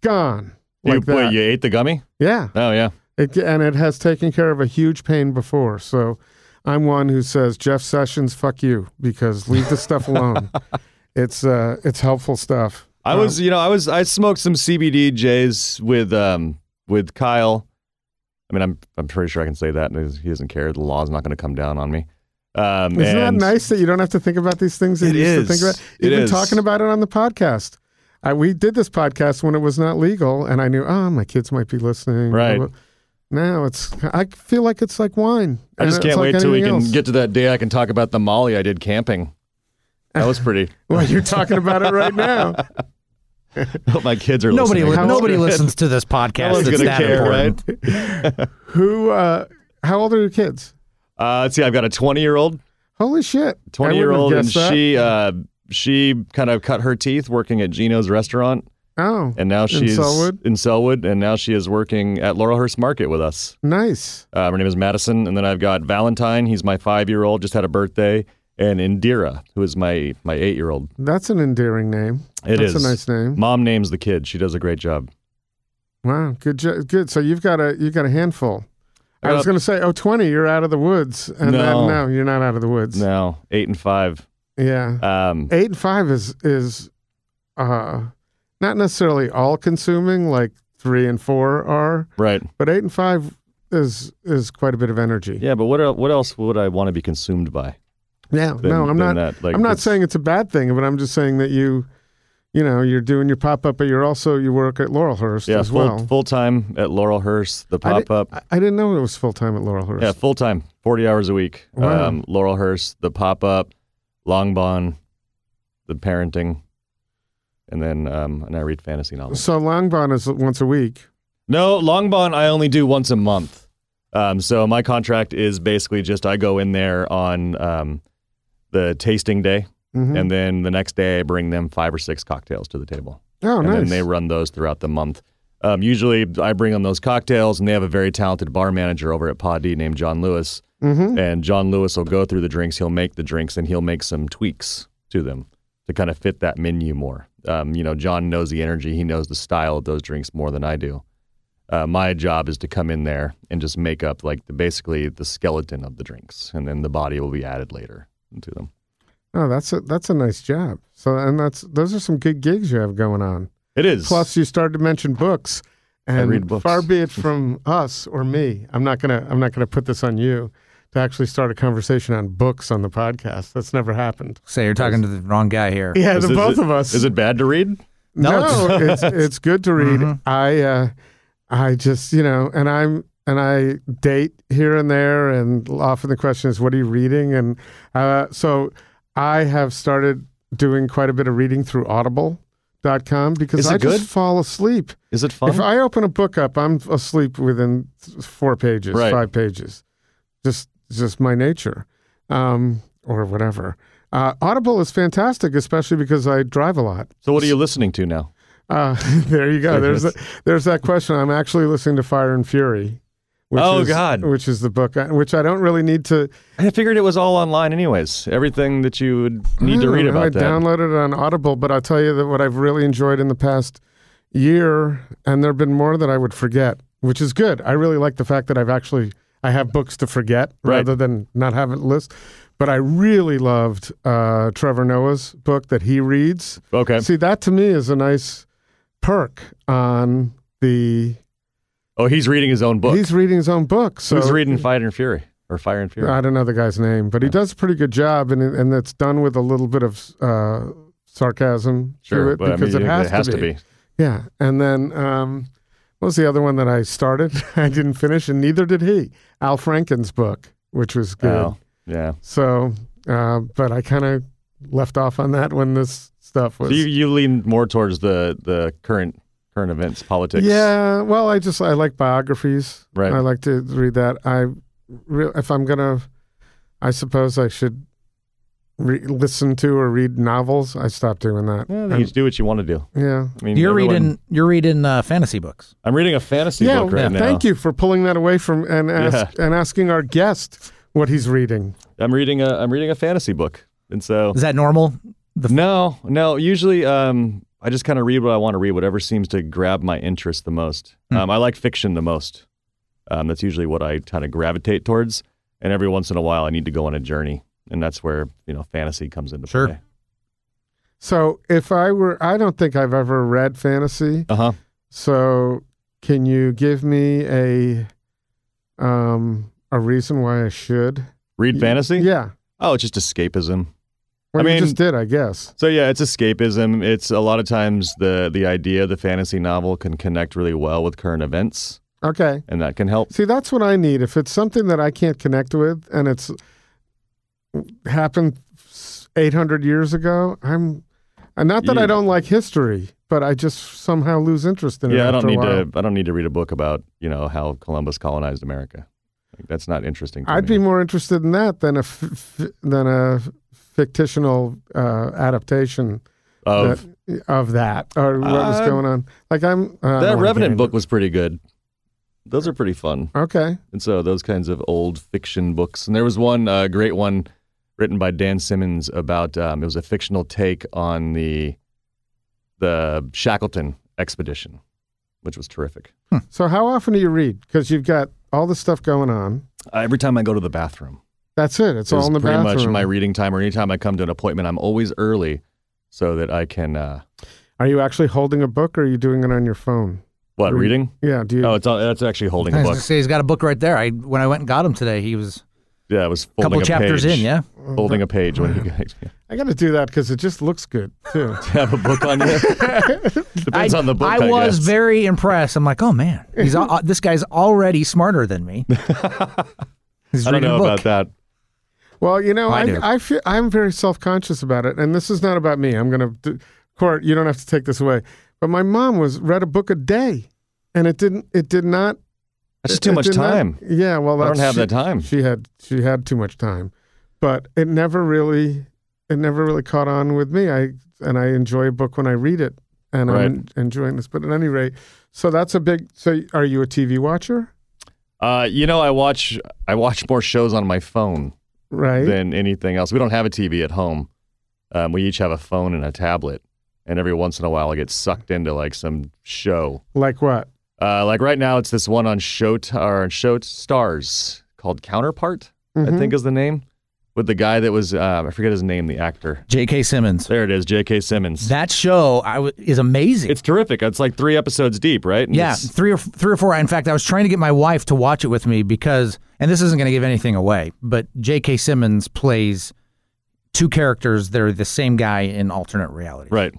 Speaker 2: Gone.
Speaker 4: you,
Speaker 2: Like that.
Speaker 4: wait, you ate the gummy?
Speaker 2: Yeah.
Speaker 4: Oh yeah.
Speaker 2: It, and it has taken care of a huge pain before. So I'm one who says, Jeff Sessions, fuck you, because leave the stuff alone. it's, uh, it's helpful stuff.
Speaker 4: I
Speaker 2: Um,
Speaker 4: was, you know, I was, I smoked some CBD J's with, um, with Kyle. I mean, I'm, I'm pretty sure I can say that. and He doesn't care. The law's not going to come down on me. Um,
Speaker 2: Isn't that
Speaker 4: and-
Speaker 2: nice that you don't have to think about these things that
Speaker 4: It
Speaker 2: you used to
Speaker 4: is.
Speaker 2: think about?
Speaker 4: It
Speaker 2: Even
Speaker 4: is.
Speaker 2: talking about it on the podcast. I, we did this podcast when it was not legal, and I knew, oh, my kids might be listening.
Speaker 4: Right.
Speaker 2: Now it's, I feel like it's like wine.
Speaker 4: I just
Speaker 2: It's
Speaker 4: can't
Speaker 2: like
Speaker 4: wait till we
Speaker 2: anything
Speaker 4: can
Speaker 2: else.
Speaker 4: get to that day I can talk about the Molly I did camping. That was pretty.
Speaker 2: Well, you're talking about it right now.
Speaker 4: Hope my kids are
Speaker 1: Nobody, li-
Speaker 4: listening.
Speaker 2: How old
Speaker 1: nobody
Speaker 2: are you?
Speaker 1: listens to this podcast.
Speaker 4: one's
Speaker 1: It's
Speaker 4: gonna
Speaker 1: that
Speaker 4: care,
Speaker 1: important.
Speaker 2: Who, uh, how old are your kids?
Speaker 4: Uh, let's see. I've got a 20 year old,
Speaker 2: Holy shit! I
Speaker 4: 20 year
Speaker 2: wouldn't have
Speaker 4: old, and
Speaker 2: guessed that.
Speaker 4: she uh, she kind of cut her teeth working at Gino's restaurant,
Speaker 2: Oh,
Speaker 4: and now she's
Speaker 2: Selwood?
Speaker 4: in Selwood, and now she is working at Laurelhurst Market with us.
Speaker 2: nice.
Speaker 4: Uh, her name is Madison, and then I've got Valentine. He's my five-year-old, just had a birthday, and Indira, who is my my eight-year-old.
Speaker 2: That's an endearing name.
Speaker 4: It
Speaker 2: That's
Speaker 4: is
Speaker 2: a nice name.
Speaker 4: Mom names the kid. She does a great job.
Speaker 2: Wow, good, jo- good. So you've got a you got a handful. I
Speaker 4: Uh,
Speaker 2: was going to say, oh, 20, you're out of the woods, and
Speaker 4: No.
Speaker 2: then no, you're not out of the woods.
Speaker 4: Now eight and five.
Speaker 2: Yeah,
Speaker 4: Um,
Speaker 2: eight and five is is uh, not necessarily all consuming like three and four are,
Speaker 4: right.
Speaker 2: but eight and five is is quite a bit of energy.
Speaker 4: Yeah, but what el- what else would I want to be consumed by?
Speaker 2: Yeah,
Speaker 4: Than-
Speaker 2: no, I'm
Speaker 4: than
Speaker 2: not.
Speaker 4: that, like,
Speaker 2: I'm not
Speaker 4: it's-
Speaker 2: saying it's a bad thing, but I'm just saying that you, you know, you're doing your pop up, but you're also you work at Laurelhurst
Speaker 4: Yeah,
Speaker 2: as
Speaker 4: full
Speaker 2: well.
Speaker 4: full time at Laurelhurst. The
Speaker 2: I di-
Speaker 4: pop up.
Speaker 2: I, I didn't know it was full time at Laurelhurst.
Speaker 4: Yeah, full time, forty hours a week.
Speaker 2: Wow.
Speaker 4: Um, Laurelhurst, the pop up, Longbourn, the parenting, and then um, and I read fantasy novels.
Speaker 2: So Longbond is once a week.
Speaker 4: No, long bond I only do once a month. Um, so my contract is basically just I go in there on um, the tasting day,
Speaker 2: Mhm.
Speaker 4: and then the next day I bring them five or six cocktails to the table,
Speaker 2: Oh,
Speaker 4: and
Speaker 2: nice.
Speaker 4: then they run those throughout the month. Um, usually I bring them those cocktails, and they have a very talented bar manager over at Pod D named John Lewis.
Speaker 2: Mhm.
Speaker 4: And John Lewis will go through the drinks, he'll make the drinks, and he'll make some tweaks to them to kind of fit that menu more. Um, you know, John knows the energy, he knows the style of those drinks more than I do. Uh, my job is to come in there and just make up like the, basically the skeleton of the drinks, and then the body will be added later to them.
Speaker 2: Oh, that's a that's a nice job. So and that's those are some good gigs you have going on.
Speaker 4: It is
Speaker 2: Plus, you started to mention books, and
Speaker 4: read books.
Speaker 2: far be it from us or me, I'm not gonna I'm not gonna put this on you to actually start a conversation on books on the podcast. That's never happened.
Speaker 1: Say you're talking to the wrong guy here.
Speaker 2: Yeah,
Speaker 4: Is
Speaker 2: the
Speaker 4: it-
Speaker 2: both
Speaker 4: is it-
Speaker 2: of us.
Speaker 4: Is it bad to read?
Speaker 1: No,
Speaker 2: No, it's it's good to read.
Speaker 4: Mm-hmm.
Speaker 2: I uh, I just you know, and I'm and I date here and there, and often the question is, what are you reading? And uh, so I have started doing quite a bit of reading through Audible.com because
Speaker 4: Is it
Speaker 2: I just
Speaker 4: good?
Speaker 2: fall asleep.
Speaker 4: Is it fun?
Speaker 2: If I open a book up, I'm asleep within th- four pages,
Speaker 4: Right.
Speaker 2: five pages. Just just my nature, um, or whatever. Uh, Audible is fantastic, especially because I drive a lot.
Speaker 4: so what are you listening to now?
Speaker 2: Uh, there you go.
Speaker 4: Sorry,
Speaker 2: There's
Speaker 4: that's-
Speaker 2: the, there's that question. I'm actually listening to Fire and Fury. Which
Speaker 4: Oh,
Speaker 2: is,
Speaker 4: God.
Speaker 2: Which is the book, I- which I don't really need to
Speaker 4: I figured it was all online, anyways. Everything that you would
Speaker 2: I
Speaker 4: need to
Speaker 2: don't
Speaker 4: read
Speaker 2: know. I
Speaker 4: about that.
Speaker 2: downloaded it on Audible, but I'll tell you that what I've really enjoyed in the past year, and there have been more that I would forget, which is good. I really like the fact that I've actually I have books to forget
Speaker 4: Right.
Speaker 2: rather than not have it list. But I really loved uh, Trevor Noah's book that he reads.
Speaker 4: okay.
Speaker 2: See, that to me is a nice perk on the
Speaker 4: Oh, he's reading his own book.
Speaker 2: He's reading his own book. So
Speaker 4: Who's reading Fire and Fury or Fire and Fury?
Speaker 2: I don't know the guy's name, but he does a pretty good job, and and it's done with a little bit of uh, sarcasm to
Speaker 4: sure,
Speaker 2: it
Speaker 4: but
Speaker 2: because
Speaker 4: I mean,
Speaker 2: it, has
Speaker 4: to be.
Speaker 2: Yeah, and then um, what was the other one that I started? I didn't finish, and neither did he. Al Franken's book, which was good.
Speaker 4: Oh, yeah.
Speaker 2: So, uh, but I kind of left off on that when this stuff was.
Speaker 4: So you, you lean more towards the the current current events, politics.
Speaker 2: Yeah, well, I just I like biographies.
Speaker 4: Right.
Speaker 2: I like to read that. I re- if I'm gonna, I suppose I should re- listen to or read novels. I stopped doing that.
Speaker 4: Well, you
Speaker 2: And-
Speaker 4: just do what you want to do.
Speaker 2: yeah.
Speaker 4: I mean,
Speaker 1: You're
Speaker 4: everyone-
Speaker 1: reading you're reading uh, fantasy books.
Speaker 4: I'm reading a fantasy
Speaker 2: Yeah,
Speaker 4: book right now.
Speaker 2: thank you for pulling that away from and ask, and asking our guest what he's reading.
Speaker 4: I'm reading a I'm reading a fantasy book, and so
Speaker 1: Is that normal? The
Speaker 4: no, no. Usually, um, I just kind of read what I want to read, whatever seems to grab my interest the most.
Speaker 2: Hmm.
Speaker 4: Um, I like fiction the most. Um, that's usually what I kind of gravitate towards. And every once in a while, I need to go on a journey, and that's where you know fantasy comes into
Speaker 1: Sure.
Speaker 4: play.
Speaker 2: So if I were, I don't think I've ever read fantasy.
Speaker 4: Uh huh.
Speaker 2: So can you give me a um a reason why I should?
Speaker 4: Read fantasy.
Speaker 2: Yeah.
Speaker 4: Oh, it's just escapism.
Speaker 2: Well,
Speaker 4: I
Speaker 2: you
Speaker 4: mean-
Speaker 2: just did, I guess.
Speaker 4: So yeah, it's escapism. It's a lot of times the the idea of the fantasy novel can connect really well with current events,
Speaker 2: Okay.
Speaker 4: and that can help.
Speaker 2: See, that's what I need. If it's something that I can't connect with and it's happened 800 years ago, I'm and not that I
Speaker 4: Yeah.
Speaker 2: don't like history, but I just somehow lose interest in it.
Speaker 4: Yeah, I don't
Speaker 2: after a
Speaker 4: need
Speaker 2: while.
Speaker 4: to I don't need to read a book about you know how Columbus colonized America. Like, that's not interesting. To
Speaker 2: I'd
Speaker 4: me.
Speaker 2: be more interested in that than a f- f- than a fictional uh, adaptation
Speaker 4: of
Speaker 2: that, of that or what was
Speaker 4: Uh,
Speaker 2: going on. Like I'm uh, I don't
Speaker 4: that
Speaker 2: wanna
Speaker 4: Revenant
Speaker 2: get into-
Speaker 4: book was pretty good. Those are pretty fun.
Speaker 2: Okay,
Speaker 4: And so those kinds of old fiction books. And there was one uh, great one written by Dan Simmons about um, it was a fictional take on the the Shackleton expedition, which was terrific.
Speaker 2: so how often do you read? Because you've got all this stuff going on.
Speaker 4: Uh, every time I go to the bathroom,
Speaker 2: That's it. It's
Speaker 4: is
Speaker 2: all in the
Speaker 4: pretty
Speaker 2: bathroom.
Speaker 4: much my reading time. Or anytime I come to an appointment, I'm always early so that I can uh,
Speaker 2: are you actually holding a book or are you doing it on your phone?
Speaker 4: what
Speaker 2: Read.
Speaker 4: reading?
Speaker 2: Yeah. Do you?
Speaker 4: Oh, it's all, that's actually holding
Speaker 1: I
Speaker 4: a
Speaker 1: was
Speaker 4: book.
Speaker 1: gonna say he's got a book right there. I when I went and got him today, he was
Speaker 4: Yeah, it was
Speaker 1: a
Speaker 4: folding
Speaker 1: couple
Speaker 4: a
Speaker 1: chapters
Speaker 4: page.
Speaker 1: in. Yeah,
Speaker 4: folding a page when you guys
Speaker 2: I got to do that because it just looks good too.
Speaker 4: have a book on you. Depends
Speaker 1: I,
Speaker 4: on the book.
Speaker 1: I
Speaker 4: I,
Speaker 1: was
Speaker 4: guess.
Speaker 1: very impressed. I'm like, oh man, he's al- uh, this guy's already smarter than me. He's
Speaker 4: I don't
Speaker 1: reading
Speaker 4: know
Speaker 1: a book.
Speaker 4: about that.
Speaker 2: Well, you know,
Speaker 1: I
Speaker 2: I,
Speaker 1: do.
Speaker 2: I, feel I'm very self conscious about it, and this is not about me. I'm going to court. You don't have to take this away, but my mom was read a book a day, and it didn't. It did not.
Speaker 4: That's just
Speaker 2: it
Speaker 4: too much
Speaker 2: did not-
Speaker 4: time.
Speaker 2: yeah, well,
Speaker 4: I don't
Speaker 2: that's,
Speaker 4: have
Speaker 2: she,
Speaker 4: that time.
Speaker 2: She had she had too much time, but it never really it never really caught on with me. I and I enjoy a book when I read it, and I'm
Speaker 4: Right.
Speaker 2: enjoying this. But at any rate, so that's a big. So are you a TV watcher?
Speaker 4: Uh, you know, I watch I watch more shows on my phone
Speaker 2: Right.
Speaker 4: than anything else. We don't have a TV at home. Um, we each have a phone and a tablet, and every once in a while, I get sucked into like some show.
Speaker 2: like what?
Speaker 4: Uh, like right now, it's this one on Show or Show Stars called Counterpart. I
Speaker 1: Mm-hmm.
Speaker 2: Mhm.
Speaker 4: think is the name with the guy that was uh, I forget his name, the actor.
Speaker 1: J.K. Simmons.
Speaker 4: There it is, J.K. Simmons.
Speaker 1: That show I w- is amazing.
Speaker 4: It's terrific. It's like three episodes deep, right? And
Speaker 1: yeah,
Speaker 4: it's-
Speaker 1: three or three or four. In fact, I was trying to get my wife to watch it with me because, and this isn't going to give anything away, but J.K. Simmons plays two characters that are the same guy in alternate reality.
Speaker 4: Right.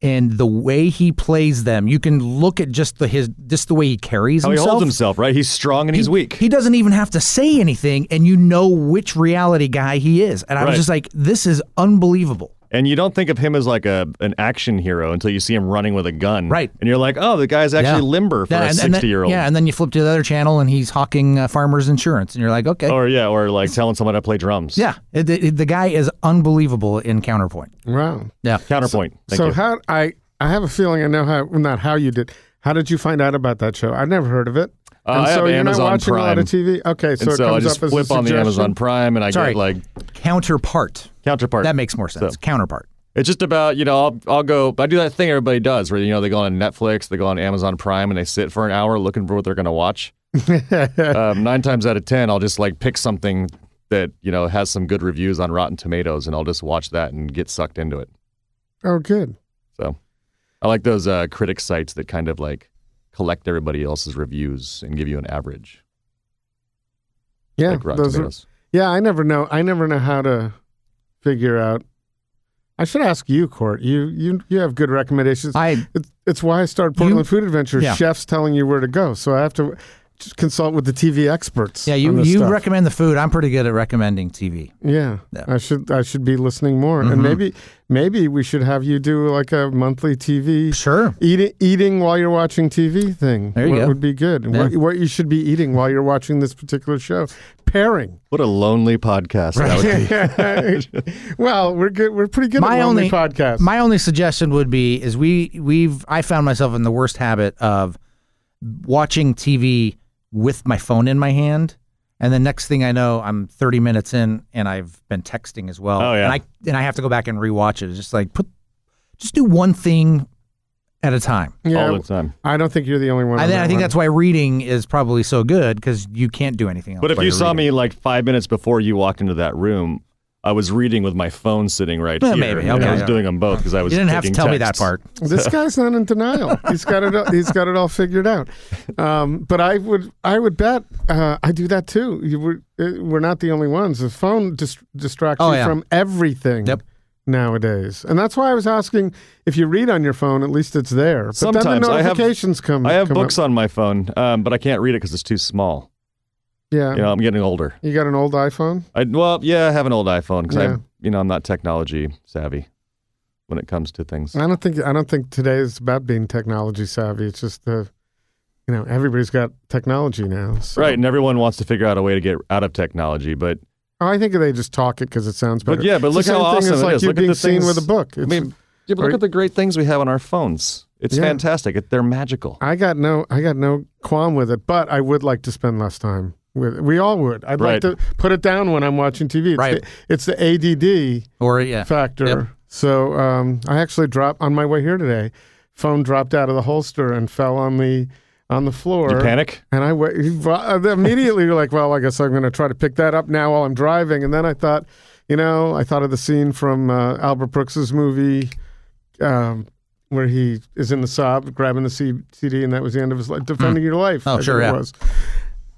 Speaker 1: And the way he plays them, you can look at just the his just the way he carries
Speaker 4: How he
Speaker 1: himself.
Speaker 4: holds himself, right? He's strong and he's
Speaker 1: he-
Speaker 4: weak.
Speaker 1: He doesn't even have to say anything, and you know which reality guy he is. And I was
Speaker 4: Right.
Speaker 1: just like, this is unbelievable.
Speaker 4: and you don't think of him as like a an action hero until you see him running with a gun.
Speaker 1: Right.
Speaker 4: And you're like, oh, the guy's actually
Speaker 1: Yeah.
Speaker 4: limber for
Speaker 1: Yeah,
Speaker 4: a
Speaker 1: and- and then-
Speaker 4: 60 year old.
Speaker 1: Yeah, and then you flip to the other channel, and he's hawking uh, farmers insurance, and you're like, okay.
Speaker 4: Or yeah, or like telling someone to play drums.
Speaker 1: Yeah, it, it- the guy is unbelievable in counterpoint.
Speaker 2: Wow.
Speaker 1: Yeah.
Speaker 4: Counterpoint. Thank
Speaker 2: so
Speaker 4: you.
Speaker 2: how I I have a feeling I know how well, not how you did. How did you find out about that show? I've never heard of it.
Speaker 4: Uh, I have
Speaker 2: you're
Speaker 4: Amazon
Speaker 2: not watching a lot
Speaker 4: Prime.
Speaker 2: of TV. Okay, so
Speaker 4: and
Speaker 2: it
Speaker 4: so I
Speaker 2: comes
Speaker 4: just
Speaker 2: up as
Speaker 4: flip
Speaker 2: a
Speaker 4: on the
Speaker 2: suggestion?
Speaker 4: Amazon Prime and I
Speaker 1: Sorry.
Speaker 4: get like
Speaker 1: Counterpart.
Speaker 4: counterpart.
Speaker 1: That makes more sense. Counterpart.
Speaker 4: It's just about, you know, I'll, I'll go, I do that thing everybody does where, you know, they go on Netflix, they go on Amazon Prime, and they sit for an hour looking for what they're going to watch. um, nine times out of 10, I'll just like pick something that, you know, has some good reviews on Rotten Tomatoes, and I'll just watch that and get sucked into it.
Speaker 2: Oh, good.
Speaker 4: So I like those uh, critic sites that kind of like collect everybody else's reviews and give you an average.
Speaker 2: Yeah,
Speaker 4: like Rotten
Speaker 2: those are-
Speaker 4: Tomatoes.
Speaker 2: yeah. I never know. I never know how to figure out. I should ask you, Court. You you you have good recommendations.
Speaker 1: I
Speaker 2: it's, it's why I started Portland Food Adventure.
Speaker 1: Yeah.
Speaker 2: Chefs telling you where to go, so I have to just consult with the TV experts.
Speaker 1: yeah.
Speaker 2: on
Speaker 1: You
Speaker 2: this
Speaker 1: you
Speaker 2: stuff.
Speaker 1: recommend the food. I'm pretty good at recommending TV.
Speaker 2: Yeah,
Speaker 1: Yeah.
Speaker 2: I should I should be listening more,
Speaker 1: Mm-hmm.
Speaker 2: and maybe maybe we should have you do like a monthly TV
Speaker 1: Sure.
Speaker 2: eating eating while you're watching TV thing.
Speaker 1: There you
Speaker 2: what
Speaker 1: go.
Speaker 2: would be good, and what, what you should be eating while you're watching this particular show. Pairing.
Speaker 4: What a lonely podcast that would be.
Speaker 2: well, we're good. We're pretty good.
Speaker 1: My
Speaker 2: at
Speaker 1: only
Speaker 2: lonely podcast.
Speaker 1: My only suggestion would be is we we've I found myself in the worst habit of watching TV with my phone in my hand, and the next thing I know, I'm 30 minutes in, and I've been texting as well.
Speaker 4: Oh, yeah.
Speaker 1: And I and I have to go back and rewatch it. It's just like put, just do one thing at a time.
Speaker 2: yeah,
Speaker 4: all the time.
Speaker 2: I don't think you're the only one.
Speaker 1: I,
Speaker 2: on
Speaker 1: thi- I
Speaker 2: that
Speaker 1: think
Speaker 2: one.
Speaker 1: that's why reading is probably so good because you can't do anything else.
Speaker 4: But if
Speaker 1: while
Speaker 4: you
Speaker 1: you're
Speaker 4: saw
Speaker 1: reading.
Speaker 4: me like five minutes before you walked into that room, I was reading with my phone sitting right
Speaker 1: Well,
Speaker 4: here.
Speaker 1: maybe.
Speaker 4: and
Speaker 1: Okay.
Speaker 4: I was doing them both because I was.
Speaker 1: you didn't have to
Speaker 4: taking
Speaker 1: tell me that
Speaker 4: texts.
Speaker 1: part.
Speaker 2: This guy's not in denial. He's got it. all- He's got it all figured out. Um, but I would, I would bet uh, I do that too. You were, uh, we're not the only ones. The phone dist- distracts
Speaker 1: Oh,
Speaker 2: you
Speaker 1: yeah.
Speaker 2: from everything
Speaker 1: Yep.
Speaker 2: nowadays, and that's why I was asking if you read on your phone. At least it's there. But then the
Speaker 4: Sometimes I have-
Speaker 2: notifications come.
Speaker 4: I have
Speaker 2: come
Speaker 4: books
Speaker 2: Up.
Speaker 4: on my phone, um, but I can't read it because it's too small.
Speaker 2: Yeah.
Speaker 4: You know, I'm getting older.
Speaker 2: You got an old iPhone?
Speaker 4: I well, yeah, I have an old iPhone because
Speaker 2: Yeah.
Speaker 4: I, you know, I'm not technology savvy when it comes to things.
Speaker 2: I don't think. I don't think today is about being technology savvy. It's just the. you know, everybody's got technology now. So.
Speaker 4: Right, and everyone wants to figure out a way to get out of technology, but
Speaker 2: Oh, I think they just talk it because it sounds better.
Speaker 4: but yeah, but
Speaker 2: It's
Speaker 4: look
Speaker 2: the
Speaker 4: how
Speaker 2: same thing
Speaker 4: awesome
Speaker 2: as,
Speaker 4: it
Speaker 2: like
Speaker 4: is.
Speaker 2: You
Speaker 4: Look at
Speaker 2: being
Speaker 4: the
Speaker 2: seen
Speaker 4: things-
Speaker 2: with a book.
Speaker 4: I
Speaker 2: It's-
Speaker 4: mean, yeah, but
Speaker 2: or-
Speaker 4: look at the great things we have on our phones. It's
Speaker 2: Yeah.
Speaker 4: fantastic. It, they're magical.
Speaker 2: I got no, I got no qualm with it, but I would like to spend less time with. It. We all would. I'd
Speaker 4: Right.
Speaker 2: like to put it down when I'm watching TV. It's
Speaker 1: Right.
Speaker 2: The, it's the ADD
Speaker 1: Or yeah,
Speaker 2: factor.
Speaker 1: Yep.
Speaker 2: So um, I actually dropped on my way here today. Phone dropped out of the holster and fell on the on the floor.
Speaker 4: you panic?
Speaker 2: And I wa- uh, immediately you're like, well, I guess I'm going to try to pick that up now while I'm driving. And then I thought, you know, I thought of the scene from uh, Albert Brooks's movie um, where he is in the sob grabbing the C- CD, and that was the end of his life,
Speaker 4: Mm.
Speaker 2: defending your life.
Speaker 1: Oh,
Speaker 2: I think
Speaker 1: sure,
Speaker 2: it
Speaker 1: yeah.
Speaker 2: was.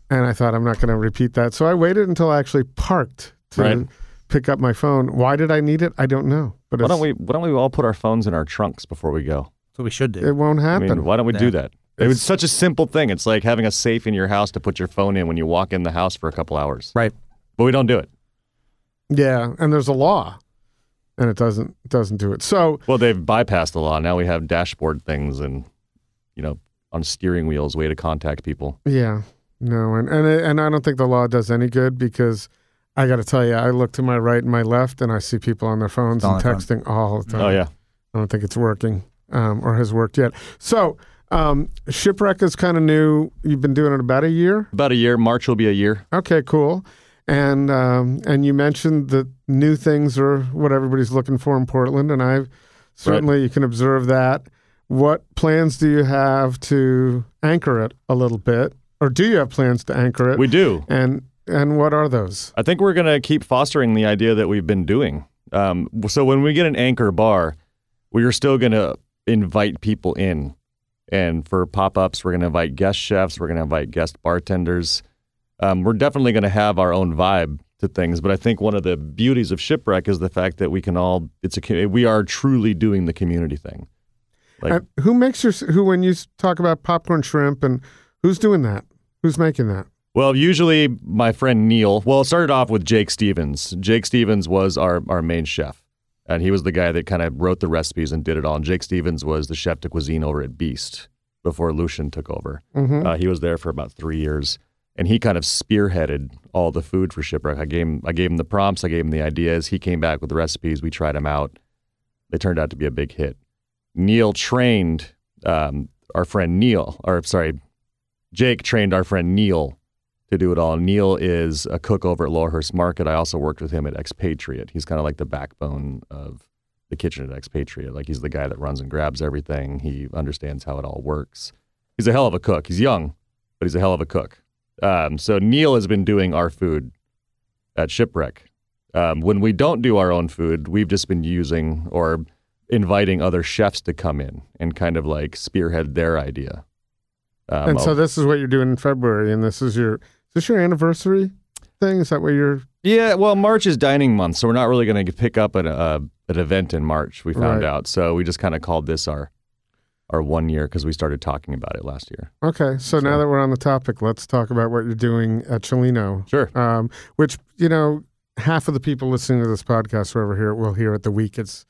Speaker 2: And I thought I'm not going to repeat that, so I waited until I actually parked to
Speaker 4: Right.
Speaker 2: pick up my phone. Why did I need it? I don't know, but
Speaker 4: Why
Speaker 2: it's,
Speaker 4: don't we? Why don't we all put our phones in our trunks before we go?
Speaker 1: that's what we should do.
Speaker 2: it won't
Speaker 4: I
Speaker 2: happen.
Speaker 4: mean, why don't we do
Speaker 1: Yeah.
Speaker 4: that? It was such a simple thing. It's like having a safe in your house to put your phone in when you walk in the house for a couple hours.
Speaker 1: Right.
Speaker 4: But we don't do it.
Speaker 2: yeah, and there's a law, and it doesn't it doesn't do it. So
Speaker 4: Well, they've bypassed the law. Now we have dashboard things and, you know, on steering wheels, way to contact people.
Speaker 2: Yeah, no, and and and I don't think the law does any good because I got to tell you, I look to my right and my left, and I see people on their phones
Speaker 1: On
Speaker 2: and
Speaker 1: their
Speaker 2: texting all the time.
Speaker 4: Oh, yeah.
Speaker 2: I don't think it's working um, or has worked yet. So, um, shipwreck is kind of new. You've been doing it about a year.
Speaker 4: About a year. March will be a year.
Speaker 2: Okay, cool. And um, and you mentioned that new things are what everybody's looking for in Portland, and I certainly you can observe that. What plans do you have to anchor it a little bit, or do you have plans to anchor it?
Speaker 4: We do.
Speaker 2: and and what are those?
Speaker 4: I think we're going to keep fostering the idea that we've been doing. Um, so when we get an anchor bar, we are still going to invite people in. And for pop ups, we're going to invite guest chefs, we're going to invite guest bartenders. Um, we're definitely going to have our own vibe to things. But I think one of the beauties of Shipwreck is the fact that we can all, it's a, co- we are truly doing the community thing. Like,
Speaker 2: And who makes your who when you s- talk about popcorn shrimp and who's doing that? Who's making that?
Speaker 4: Well, usually my friend Neil. Well, it started off with Jake Stevens. Jake Stevens was our, our main chef, and he was the guy that kind of wrote the recipes and did it all. And Jake Stevens was the chef de cuisine over at Beast before Lucian took over.
Speaker 2: Mm-hmm.
Speaker 4: Uh, he was there for about three years, and he kind of spearheaded all the food for Shipwreck. I gave him, I gave him the prompts, I gave him the ideas. He came back with the recipes. We tried them out. They turned out to be a big hit. Neil trained um, our friend Neil, or sorry, Jake trained our friend Neil to do it all. Neil is a cook over at Lawhurst Market. I also worked with him at Expatriate. He's kind of like the backbone of the kitchen at Expatriate. Like he's the guy that runs and grabs everything. He understands how it all works. He's a hell of a cook. He's young, but he's a hell of a cook. Um, so Neil has been doing our food at Shipwreck. Um, when we don't do our own food, we've just been using or inviting other chefs to come in and kind of like spearhead their idea. Um,
Speaker 2: and so
Speaker 4: of-
Speaker 2: this is what you're doing in February, and this is your is this your anniversary thing? Is that what you're?
Speaker 4: Yeah, well, March is dining month, so we're not really going to pick up an uh, an event in March. We found
Speaker 2: Right.
Speaker 4: out, so we just kind of called this our our one year because we started talking about it last year.
Speaker 2: Okay, so now that we're on the topic, let's talk about what you're doing at Chelino.
Speaker 4: Sure.
Speaker 2: um, which you know half of the people listening to this podcast whoever here will hear it the week it's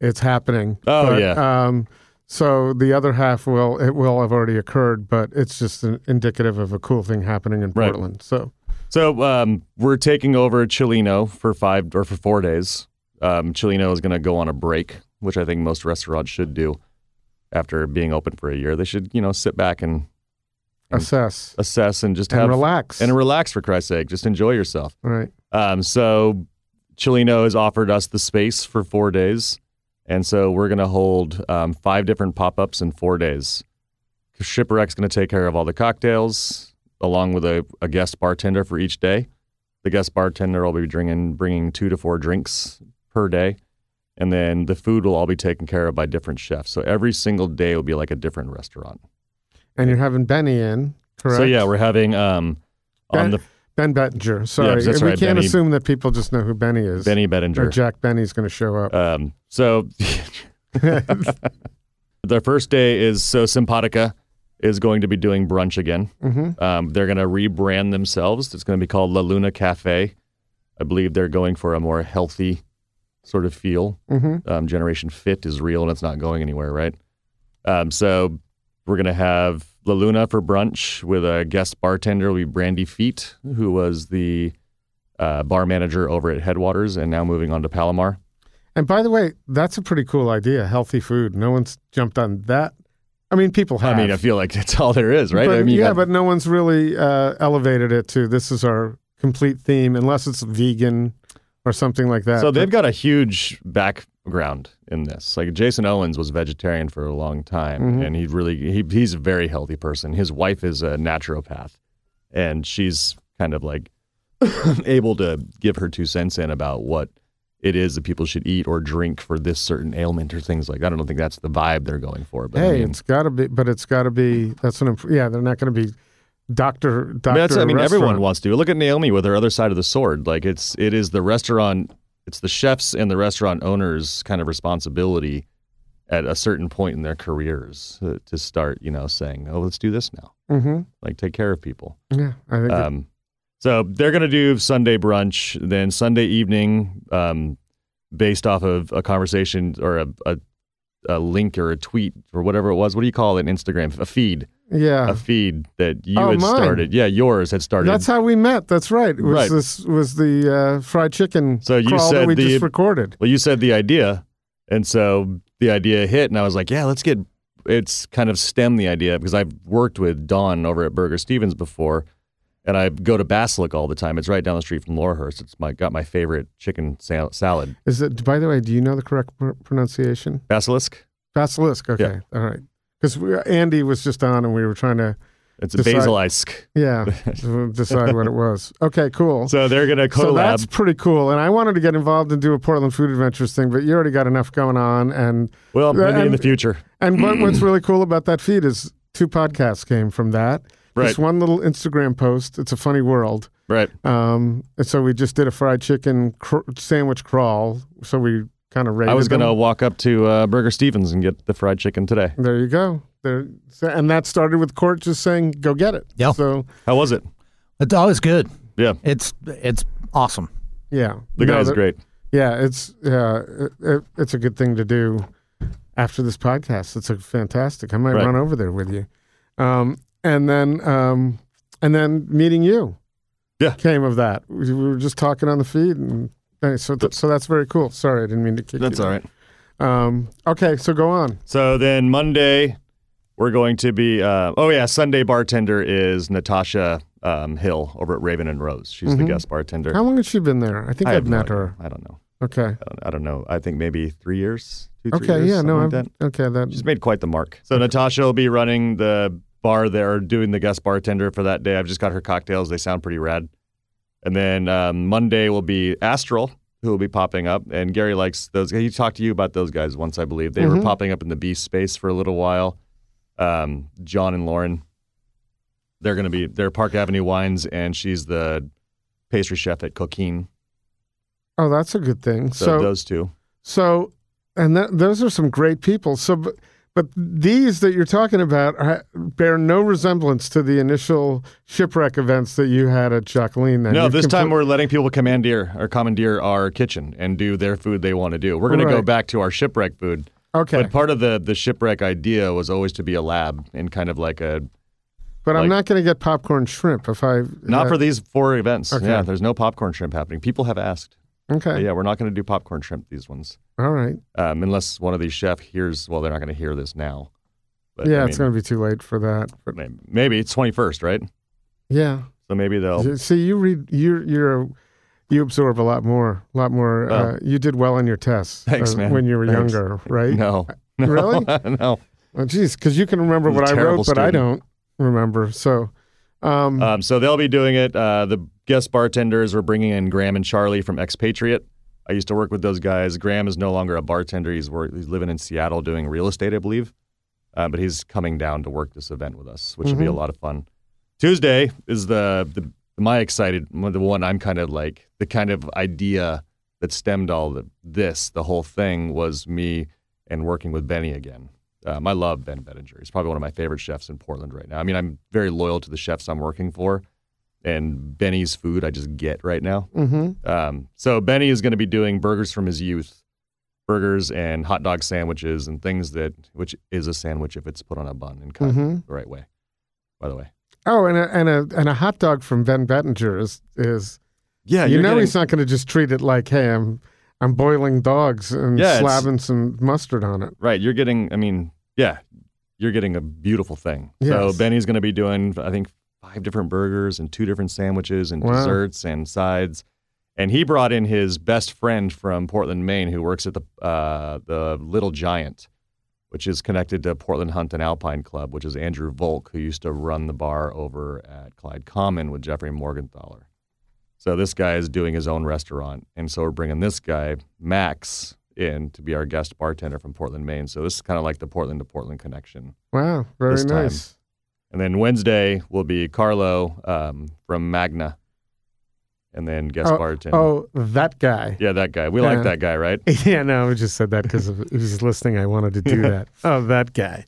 Speaker 2: it's happening
Speaker 4: Oh,
Speaker 2: But,
Speaker 4: yeah.
Speaker 2: um, so the other half will it will have already occurred but it's just an indicative of a cool thing happening in
Speaker 4: Right.
Speaker 2: portland so
Speaker 4: So um, we're taking over Chilino for five or for four days. Um, Chilino is going to go on a break, which I think most restaurants should do after being open for a year. They should, you know, sit back and And-
Speaker 2: assess
Speaker 4: assess and just
Speaker 2: and
Speaker 4: have
Speaker 2: relax
Speaker 4: and relax for Christ's sake. Just enjoy yourself.
Speaker 2: right
Speaker 4: Um, so Chilino has offered us the space for four days, and so we're going to hold um, five different pop-ups in four days. Shipwreck's going to take care of all the cocktails, along with a, a guest bartender for each day. The guest bartender will be bringing bringing two to four drinks per day, and then the food will all be taken care of by different chefs. So every single day will be like a different restaurant.
Speaker 2: and you're having benny in correct
Speaker 4: So yeah, we're having um,
Speaker 2: ben,
Speaker 4: on the
Speaker 2: ben bettinger sorry
Speaker 4: that's
Speaker 2: we
Speaker 4: right,
Speaker 2: can't
Speaker 4: Benny-
Speaker 2: assume that people just know who benny is
Speaker 4: Benny
Speaker 2: or
Speaker 4: Bettinger.
Speaker 2: jack benny's going to show up
Speaker 4: Um, so the first day is so Simpatica is going to be doing brunch again.
Speaker 2: hmm
Speaker 4: Um, they're going to rebrand themselves. It's going to be called La Luna Cafe. I believe they're going for a more healthy sort of feel.
Speaker 2: hmm
Speaker 4: Um, Generation Fit is real and it's not going anywhere, right? Um, so we're going to have La Luna for brunch with a guest bartender, will be Brandy Feet, who was the uh, bar manager over at Headwaters and now moving on to Palomar.
Speaker 2: And by the way, that's a pretty cool idea. Healthy food. No one's jumped on that. I mean, people have.
Speaker 4: I mean, I feel like that's all there is, right?
Speaker 2: But,
Speaker 4: I mean, you
Speaker 2: yeah,
Speaker 4: got-
Speaker 2: but no one's really uh, elevated it to this is our complete theme, unless it's vegan or something like that.
Speaker 4: so they've got a huge background in this. Like Jason Owens was vegetarian for a long time,
Speaker 2: Mm-hmm.
Speaker 4: and he really he, he's a very healthy person. His wife is a naturopath, and she's kind of like able to give her two cents in about what it is that people should eat or drink for this certain ailment or things like that. I don't think that's the vibe they're going for. But
Speaker 2: hey,
Speaker 4: I mean,
Speaker 2: it's got to be, but it's got to be. That's an imp- yeah. They're not going to be doctor
Speaker 4: I
Speaker 2: doctor.
Speaker 4: mean, that's, I mean everyone
Speaker 2: restaurant.
Speaker 4: wants to. Look at Naomi with her other side of the sword. Like it's it is the restaurant, it's the chefs and the restaurant owners' kind of responsibility at a certain point in their careers uh, to start, you know, saying, "Oh, let's do this now."
Speaker 2: Mm-hmm.
Speaker 4: Like take care of people.
Speaker 2: Yeah, I think. it-
Speaker 4: Um, so they're going to do Sunday brunch, then Sunday evening, um, based off of a conversation or a, a a link or a tweet or whatever it was. What do you call it? An Instagram, a feed,
Speaker 2: yeah,
Speaker 4: a feed that you
Speaker 2: Uh-huh. Oh,
Speaker 4: had
Speaker 2: mine.
Speaker 4: started. Yeah, yours had started.
Speaker 2: that's how we met. That's right. It was
Speaker 4: Right.
Speaker 2: This was the uh, fried chicken
Speaker 4: So you
Speaker 2: crawl that
Speaker 4: said
Speaker 2: we
Speaker 4: the-
Speaker 2: just recorded.
Speaker 4: Well, you said the idea, and so the idea hit, and I was like, yeah, let's get. It's kind of stemmed the idea because I've worked with Don over at Burger Stevens before, and I go to Basilic all the time. It's right down the street from Laurelhurst. It's my got my favorite chicken sal- salad,
Speaker 2: Is it? By the way, do you know the correct pr- pronunciation?
Speaker 4: Basilisk.
Speaker 2: Basilisk. Okay.
Speaker 4: Yeah.
Speaker 2: All right. Because Andy was just on and we were trying to
Speaker 4: It's
Speaker 2: Decide-
Speaker 4: Basilisk.
Speaker 2: yeah decide what it was. Okay. Cool.
Speaker 4: So they're gonna
Speaker 2: So
Speaker 4: collab.
Speaker 2: that's pretty cool. And I wanted to get involved and do a Portland Food Adventures thing, but you already got enough going on. And
Speaker 4: well, maybe in
Speaker 2: and-
Speaker 4: the future.
Speaker 2: and what, what's really cool about that feed is two podcasts came from that.
Speaker 4: Right.
Speaker 2: Just one little Instagram post. It's a funny world.
Speaker 4: Right.
Speaker 2: Um, and so we just did a fried chicken cr- sandwich crawl. So we kind of rated
Speaker 4: I was gonna
Speaker 2: them.
Speaker 4: walk up to uh, Burger Stevens and get the fried chicken today.
Speaker 2: There you go. There, so- and that started with Court just saying, "Go get it."
Speaker 1: Yeah.
Speaker 2: So
Speaker 4: How was it?
Speaker 1: It's always good.
Speaker 4: Yeah,
Speaker 1: It's it's awesome.
Speaker 2: yeah,
Speaker 4: the
Speaker 2: No,
Speaker 4: guy's
Speaker 2: that-
Speaker 4: great.
Speaker 2: Yeah, it's yeah, it, it, it's a good thing to do after this podcast. It's a fantastic. I might
Speaker 4: Right.
Speaker 2: run over there with you, um, and then um, and then meeting you.
Speaker 4: Yeah.
Speaker 2: came of that. We we were just talking on the feed, and hey, so th- so that's very cool. Sorry, I didn't mean to kick you.
Speaker 4: right.
Speaker 2: Um, okay, so go on.
Speaker 4: So then Monday, we're going to be. Uh, oh yeah, Sunday bartender is Natasha um, Hill over at Raven and Rose. She's the guest bartender.
Speaker 2: Mm-hmm. How long has she been there? I think
Speaker 4: I
Speaker 2: I
Speaker 4: have
Speaker 2: have
Speaker 4: no
Speaker 2: met
Speaker 4: idea.
Speaker 2: her.
Speaker 4: I don't know.
Speaker 2: Okay.
Speaker 4: I don't, I don't know. I think maybe three years. Two, three
Speaker 2: Okay.
Speaker 4: years,
Speaker 2: Yeah. No.
Speaker 4: something
Speaker 2: I'm,
Speaker 4: like that.
Speaker 2: okay. That.
Speaker 4: She's made quite the mark. So Natasha will be running the bar there, doing the guest bartender for that day. I've just got her cocktails. They sound pretty rad. And then um, Monday will be Astral, who will be popping up. And Gary likes those. He talked to you about those guys once, I believe. They were popping up in the B space for a little while. Um, John and Lauren. They're going to be, they're Park Avenue Wines, and she's the pastry chef at Coquine.
Speaker 2: oh, that's a good thing.
Speaker 4: So,
Speaker 2: So,
Speaker 4: those two.
Speaker 2: So, and th- those are some great people. So, but, but these that you're talking about are, bear no resemblance to the initial shipwreck events that you had at Jacqueline. then.
Speaker 4: No,
Speaker 2: You've
Speaker 4: this time
Speaker 2: complete-
Speaker 4: we're letting people commandeer or commandeer our kitchen and do their food they want to do. We're going to go
Speaker 2: Right.
Speaker 4: back to our shipwreck food.
Speaker 2: okay.
Speaker 4: But part of the the shipwreck idea was always to be a lab and kind of like a
Speaker 2: But I'm
Speaker 4: like-
Speaker 2: not going to get popcorn shrimp if I
Speaker 4: not
Speaker 2: that-
Speaker 4: for these four events.
Speaker 2: Okay.
Speaker 4: Yeah, there's no popcorn shrimp happening. People have asked.
Speaker 2: uh, Okay,
Speaker 4: Yeah, we're not going to do popcorn shrimp these ones
Speaker 2: all right.
Speaker 4: um, unless one of these chef hears. Well, they're not going to hear this now. But,
Speaker 2: yeah,
Speaker 4: I
Speaker 2: it's
Speaker 4: mean,
Speaker 2: going to be too late for that. But
Speaker 4: may- maybe it's 21st, right?
Speaker 2: yeah,
Speaker 4: So maybe they'll.
Speaker 2: see, you read, you you're you absorb a lot more, a lot more.
Speaker 4: Oh.
Speaker 2: Uh, you did well on your tests
Speaker 4: Thanks,
Speaker 2: uh,
Speaker 4: man.
Speaker 2: when you were
Speaker 4: Thanks.
Speaker 2: younger, right?
Speaker 4: No. no.
Speaker 2: Really?
Speaker 4: no.
Speaker 2: Oh, geez, because you can remember
Speaker 4: I was
Speaker 2: what
Speaker 4: a
Speaker 2: I
Speaker 4: terrible
Speaker 2: wrote, but I
Speaker 4: student.
Speaker 2: don't remember. So, um,
Speaker 4: Um, so they'll be doing it. Uh, the guest bartenders are bringing in Graham and Charlie from Expatriate. I used to work with those guys. Graham is no longer a bartender. He's work, he's living in Seattle doing real estate, I believe. Uh, but he's coming down to work this event with us, which will be a lot of fun. Tuesday is the, the my excited the one I'm kind of like the kind of idea that stemmed all the, this the whole thing was me and working with Benny again. Um, I love Ben Bettinger. He's probably one of my favorite chefs in Portland right now. I mean, I'm very loyal to the chefs I'm working for, and Benny's food I just get right now.
Speaker 2: hmm
Speaker 4: Um, so Benny is going to be doing burgers from his youth, burgers and hot dog sandwiches and things that, which is a sandwich if it's put on a bun and cut
Speaker 2: Mhm.
Speaker 4: the right way. by the way.
Speaker 2: Oh, and a, and a and a hot dog from Ben Bettinger is is
Speaker 4: Yeah,
Speaker 2: you
Speaker 4: you're
Speaker 2: know
Speaker 4: getting-
Speaker 2: he's not going to just treat it like hey I'm I'm boiling dogs and
Speaker 4: Yeah, it's-
Speaker 2: slapping some mustard on it.
Speaker 4: right. You're getting. I mean, yeah, you're getting a beautiful thing. So
Speaker 2: Yes.
Speaker 4: Benny's going to be doing, I think, five different burgers and two different sandwiches and
Speaker 2: Wow.
Speaker 4: desserts and sides. And he brought in his best friend from Portland, Maine, who works at the uh, the Little Giant, which is connected to Portland Hunt and Alpine Club, which is Andrew Volk, who used to run the bar over at Clyde Common with Jeffrey Morgenthaler. So this guy is doing his own restaurant, and so we're bringing this guy Max in to be our guest bartender from Portland, Maine. So this is kind of like the Portland to Portland connection.
Speaker 2: Wow, very
Speaker 4: This time.
Speaker 2: nice.
Speaker 4: And then Wednesday will be Carlo um, from Magna, and then guest
Speaker 2: Oh,
Speaker 4: bartender.
Speaker 2: oh, that guy.
Speaker 4: yeah, that guy. We
Speaker 2: Yeah.
Speaker 4: like that guy, right?
Speaker 2: Yeah, no, I just said that because if he was listening, I wanted to do that. Oh, that guy.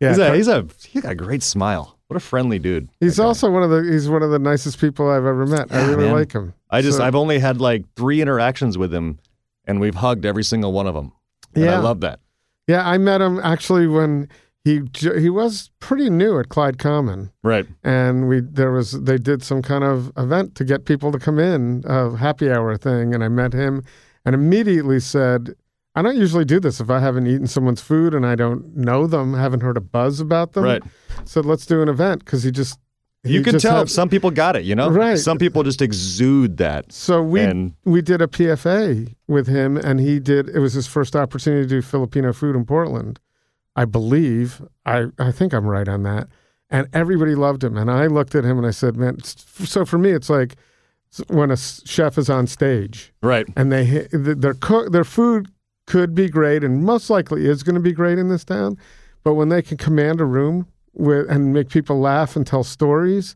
Speaker 2: Yeah,
Speaker 4: he's
Speaker 2: Car-
Speaker 4: a he's a he's got a great smile. What a friendly dude.
Speaker 2: He's
Speaker 4: that guy.
Speaker 2: also one of the he's one of the nicest people I've ever met. I
Speaker 4: Yeah,
Speaker 2: really
Speaker 4: man.
Speaker 2: like him.
Speaker 4: I just
Speaker 2: So-
Speaker 4: I've only had like three interactions with him, and we've hugged every single one of them. And
Speaker 2: Yeah.
Speaker 4: I love that.
Speaker 2: yeah, I met him actually when he ju- he was pretty new at Clyde Common,
Speaker 4: Right.
Speaker 2: and we there was they did some kind of event to get people to come in, a happy hour thing, and I met him, and immediately said. I don't usually do this if I haven't eaten someone's food and I don't know them, haven't heard a buzz about them.
Speaker 4: Right.
Speaker 2: So let's do an event because he just he
Speaker 4: you can
Speaker 2: just
Speaker 4: tell
Speaker 2: had-
Speaker 4: some people got it, you know?
Speaker 2: Right.
Speaker 4: Some people just exude that.
Speaker 2: So we
Speaker 4: And-
Speaker 2: we did a PFA with him, and he did. It was his first opportunity to do Filipino food in Portland, I believe. I I think I'm right on that. And everybody loved him, and I looked at him and I said, "Man." it's- So for me, it's like s- when a s- chef is on stage
Speaker 4: Right.
Speaker 2: and they hi- th- their cook their food could be great, and most likely is going to be great in this town, but when they can command a room with and make people laugh and tell stories,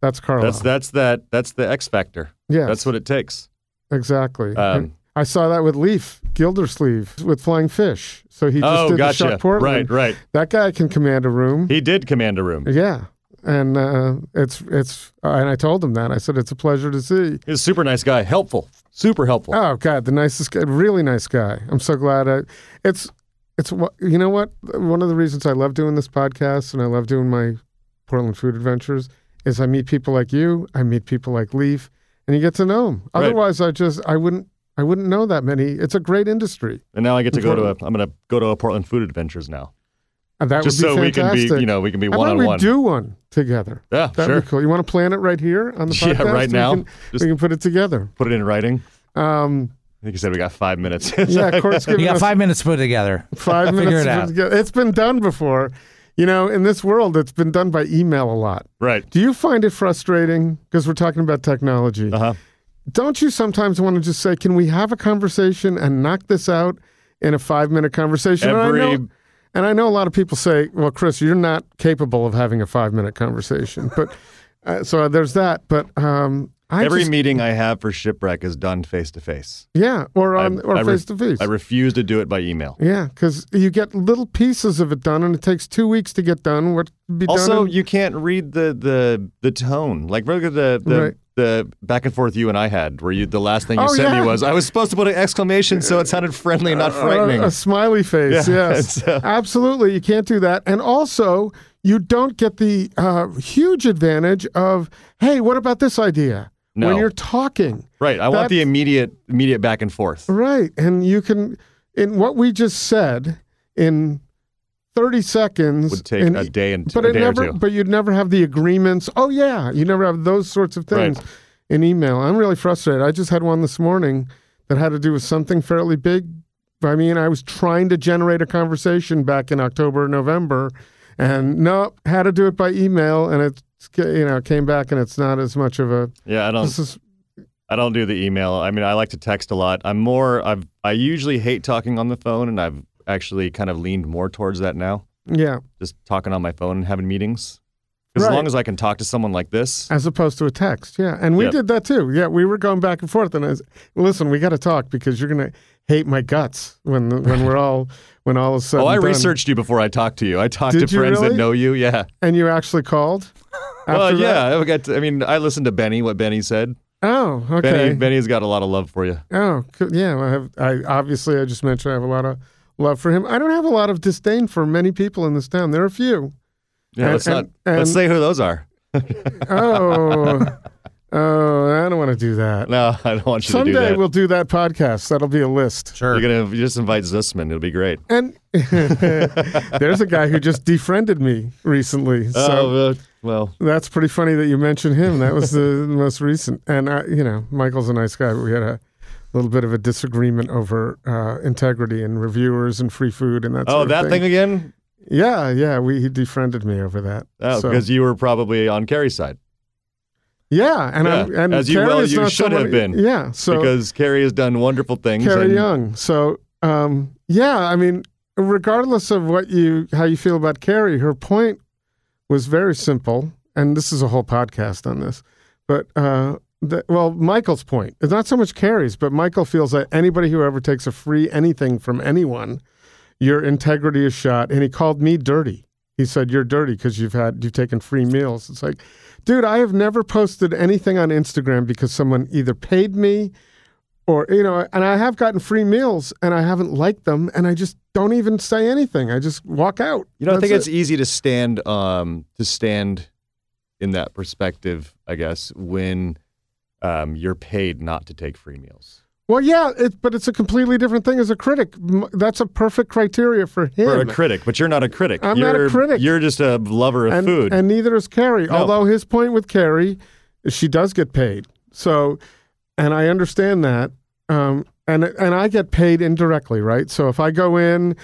Speaker 2: that's Carlo.
Speaker 4: That's that's that that's the X factor.
Speaker 2: Oh. Yes.
Speaker 4: That's what it takes.
Speaker 2: Exactly.
Speaker 4: Um,
Speaker 2: And I saw that with Leaf Gildersleeve with Flying Fish. So he just
Speaker 4: oh,
Speaker 2: did the
Speaker 4: gotcha.
Speaker 2: Shock
Speaker 4: Right,
Speaker 2: Portland.
Speaker 4: right.
Speaker 2: That guy can command a room.
Speaker 4: He did command a room.
Speaker 2: yeah, and uh, it's it's uh, and I told him that I said it's a pleasure to see.
Speaker 4: He's a super nice guy. Helpful. Super helpful.
Speaker 2: Oh God, the nicest guy, really nice guy. I'm so glad. I, it's it's wha- you know what one of the reasons I love doing this podcast and I love doing my Portland food adventures is I meet people like you, I meet people like Leaf, and you get to know them.
Speaker 4: Right.
Speaker 2: Otherwise, I just I wouldn't I wouldn't know that many. It's a great industry.
Speaker 4: and now I get to go to a I'm gonna go to a Portland Food Adventures now.
Speaker 2: And that
Speaker 4: Just
Speaker 2: would be
Speaker 4: so
Speaker 2: fantastic.
Speaker 4: we can be you know, we can be
Speaker 2: How
Speaker 4: one
Speaker 2: about
Speaker 4: on
Speaker 2: we
Speaker 4: one.
Speaker 2: do one together?
Speaker 4: Yeah,
Speaker 2: That'd
Speaker 4: sure.
Speaker 2: be cool. You want to plan it right here on the
Speaker 4: Yeah,
Speaker 2: podcast?
Speaker 4: right
Speaker 2: We
Speaker 4: now.
Speaker 2: can-
Speaker 4: Just-
Speaker 2: we can put it together.
Speaker 4: Put it in writing.
Speaker 2: Um,
Speaker 4: I think you said we got five minutes.
Speaker 2: yeah, Court's giving
Speaker 1: You got
Speaker 2: us
Speaker 1: five minutes to put it together.
Speaker 2: five
Speaker 1: Figure it
Speaker 2: minutes. to put
Speaker 1: out.
Speaker 2: together. It's been done before. You know, in this world, it's been done by email a lot.
Speaker 4: right.
Speaker 2: Do you find it frustrating? Because we're talking about technology.
Speaker 4: Uh-huh.
Speaker 2: Don't you sometimes want to just say, can we have a conversation and knock this out in a five minute conversation? and, I
Speaker 4: Every-
Speaker 2: know, and I know a lot of people say, well, Chris, you're not capable of having a five minute conversation. But uh, so there's that. But um, I
Speaker 4: Every
Speaker 2: just,
Speaker 4: meeting I have for Shipwreck is done face to face.
Speaker 2: yeah, or
Speaker 4: I-
Speaker 2: on Um, or
Speaker 4: I re-
Speaker 2: face to face.
Speaker 4: I refuse to do it by email.
Speaker 2: Yeah, because you get little pieces of it done, and it takes two weeks to get done. What could be
Speaker 4: Also,
Speaker 2: done? in-
Speaker 4: you can't read the the the tone. Like look at the the,
Speaker 2: Right.
Speaker 4: the back and forth you and I had, where you the last thing you
Speaker 2: Oh,
Speaker 4: sent
Speaker 2: yeah.
Speaker 4: me was I was supposed to put an exclamation so it sounded friendly, and not frightening.
Speaker 2: A, a smiley face.
Speaker 4: Yeah,
Speaker 2: yes,
Speaker 4: it's, uh,
Speaker 2: absolutely. You can't do that, and also you don't get the uh, huge advantage of hey, what about this idea? When
Speaker 4: No.
Speaker 2: you're talking,
Speaker 4: right. I want the
Speaker 2: That's-
Speaker 4: immediate immediate back and forth.
Speaker 2: right, and you can in what we just said in. 30 seconds
Speaker 4: Would take
Speaker 2: in-
Speaker 4: a day and
Speaker 2: but
Speaker 4: a
Speaker 2: it
Speaker 4: day or
Speaker 2: never
Speaker 4: two.
Speaker 2: but you'd never have the agreements oh yeah you never have those sorts of things
Speaker 4: Right.
Speaker 2: in email i'm really frustrated i just had one this morning that had to do with something fairly big i mean i was trying to generate a conversation back in october november and no had to do it by email and it's you know came back and it's not as much of a
Speaker 4: Yeah, I don't
Speaker 2: this is
Speaker 4: I don't do the email. I mean, I like to text a lot. I'm more I've I usually hate talking on the phone, and I've actually kind of leaned more towards that now.
Speaker 2: yeah
Speaker 4: Just talking on my phone and having meetings. 'Cause
Speaker 2: Right.
Speaker 4: As long as I can talk to someone like this,
Speaker 2: As opposed to a text, yeah. And we
Speaker 4: Yep.
Speaker 2: did that too. Yeah, we were going back and forth, and I was, listen, we got to talk because you're gonna hate my guts when the, when we're all when all is said.
Speaker 4: Oh, I
Speaker 2: and done.
Speaker 4: researched you before I talked to you. I talked
Speaker 2: Did
Speaker 4: to
Speaker 2: you
Speaker 4: friends
Speaker 2: really?
Speaker 4: that know you. Yeah.
Speaker 2: And you actually called.
Speaker 4: well,
Speaker 2: after that?
Speaker 4: yeah. I got. to- I mean, I listened to Benny. What Benny said.
Speaker 2: Oh, okay.
Speaker 4: Benny. Benny's got a lot of love for you.
Speaker 2: Oh, co- yeah. I have. I obviously I just mentioned I have a lot of love for him. I don't have a lot of disdain for many people in this town. There are a few
Speaker 4: Yeah,
Speaker 2: And-
Speaker 4: let's not.
Speaker 2: and-
Speaker 4: let's
Speaker 2: and-
Speaker 4: say who those are.
Speaker 2: Oh, oh, I don't want to do that.
Speaker 4: No, I don't want you to do
Speaker 2: Someday
Speaker 4: that.
Speaker 2: we'll do that podcast. That'll be a list.
Speaker 1: Sure.
Speaker 4: You're gonna you just invite Zussman. It'll be great.
Speaker 2: And there's a guy who just defriended me recently. So
Speaker 4: oh, uh, well,
Speaker 2: that's pretty funny that you mentioned him. That was the most recent. And, I, you know, Michael's a nice guy, but we had a little bit of a disagreement over uh, integrity and reviewers and free food and that
Speaker 4: oh,
Speaker 2: sort of
Speaker 4: that thing. again.
Speaker 2: Yeah, yeah. We, he defriended me over that.
Speaker 4: Oh,
Speaker 2: So-
Speaker 4: because you were probably on Kerry's side
Speaker 2: yeah. And, I'm,
Speaker 4: Yeah,
Speaker 2: and
Speaker 4: as you-
Speaker 2: Carrie
Speaker 4: well,
Speaker 2: is
Speaker 4: you
Speaker 2: not
Speaker 4: should
Speaker 2: someone-
Speaker 4: have been,
Speaker 2: Yeah. So
Speaker 4: because Kerry has done wonderful things.
Speaker 2: Carrie
Speaker 4: and-
Speaker 2: Young. So um, yeah, I mean, regardless of what you how you feel about Carrie, her point was very simple, and this is a whole podcast on this. But uh, the, well, Michael's point is not so much Carrie's, but Michael feels that anybody who ever takes a free anything from anyone, your integrity is shot, and he called me dirty. He said you're dirty because you've had you've taken free meals. It's like, dude, I have never posted anything on Instagram because someone either paid me or you know and i have gotten free meals and i haven't liked them and i just don't even say anything i just walk out
Speaker 4: You know, I
Speaker 2: That's
Speaker 4: think it's
Speaker 2: it.
Speaker 4: easy to stand um, to stand in that perspective, I guess, when um, you're paid not to take free meals.
Speaker 2: well yeah it, but it's a completely different thing as a critic M- that's a perfect criteria for him
Speaker 4: For a critic, but you're not a critic.
Speaker 2: I'm
Speaker 4: you're,
Speaker 2: not a critic.
Speaker 4: You're just a lover of
Speaker 2: and,
Speaker 4: food.
Speaker 2: and neither is carrie
Speaker 4: No.
Speaker 2: although his point with carrie is she does get paid so and i understand that um, and and i get paid indirectly right so if i go in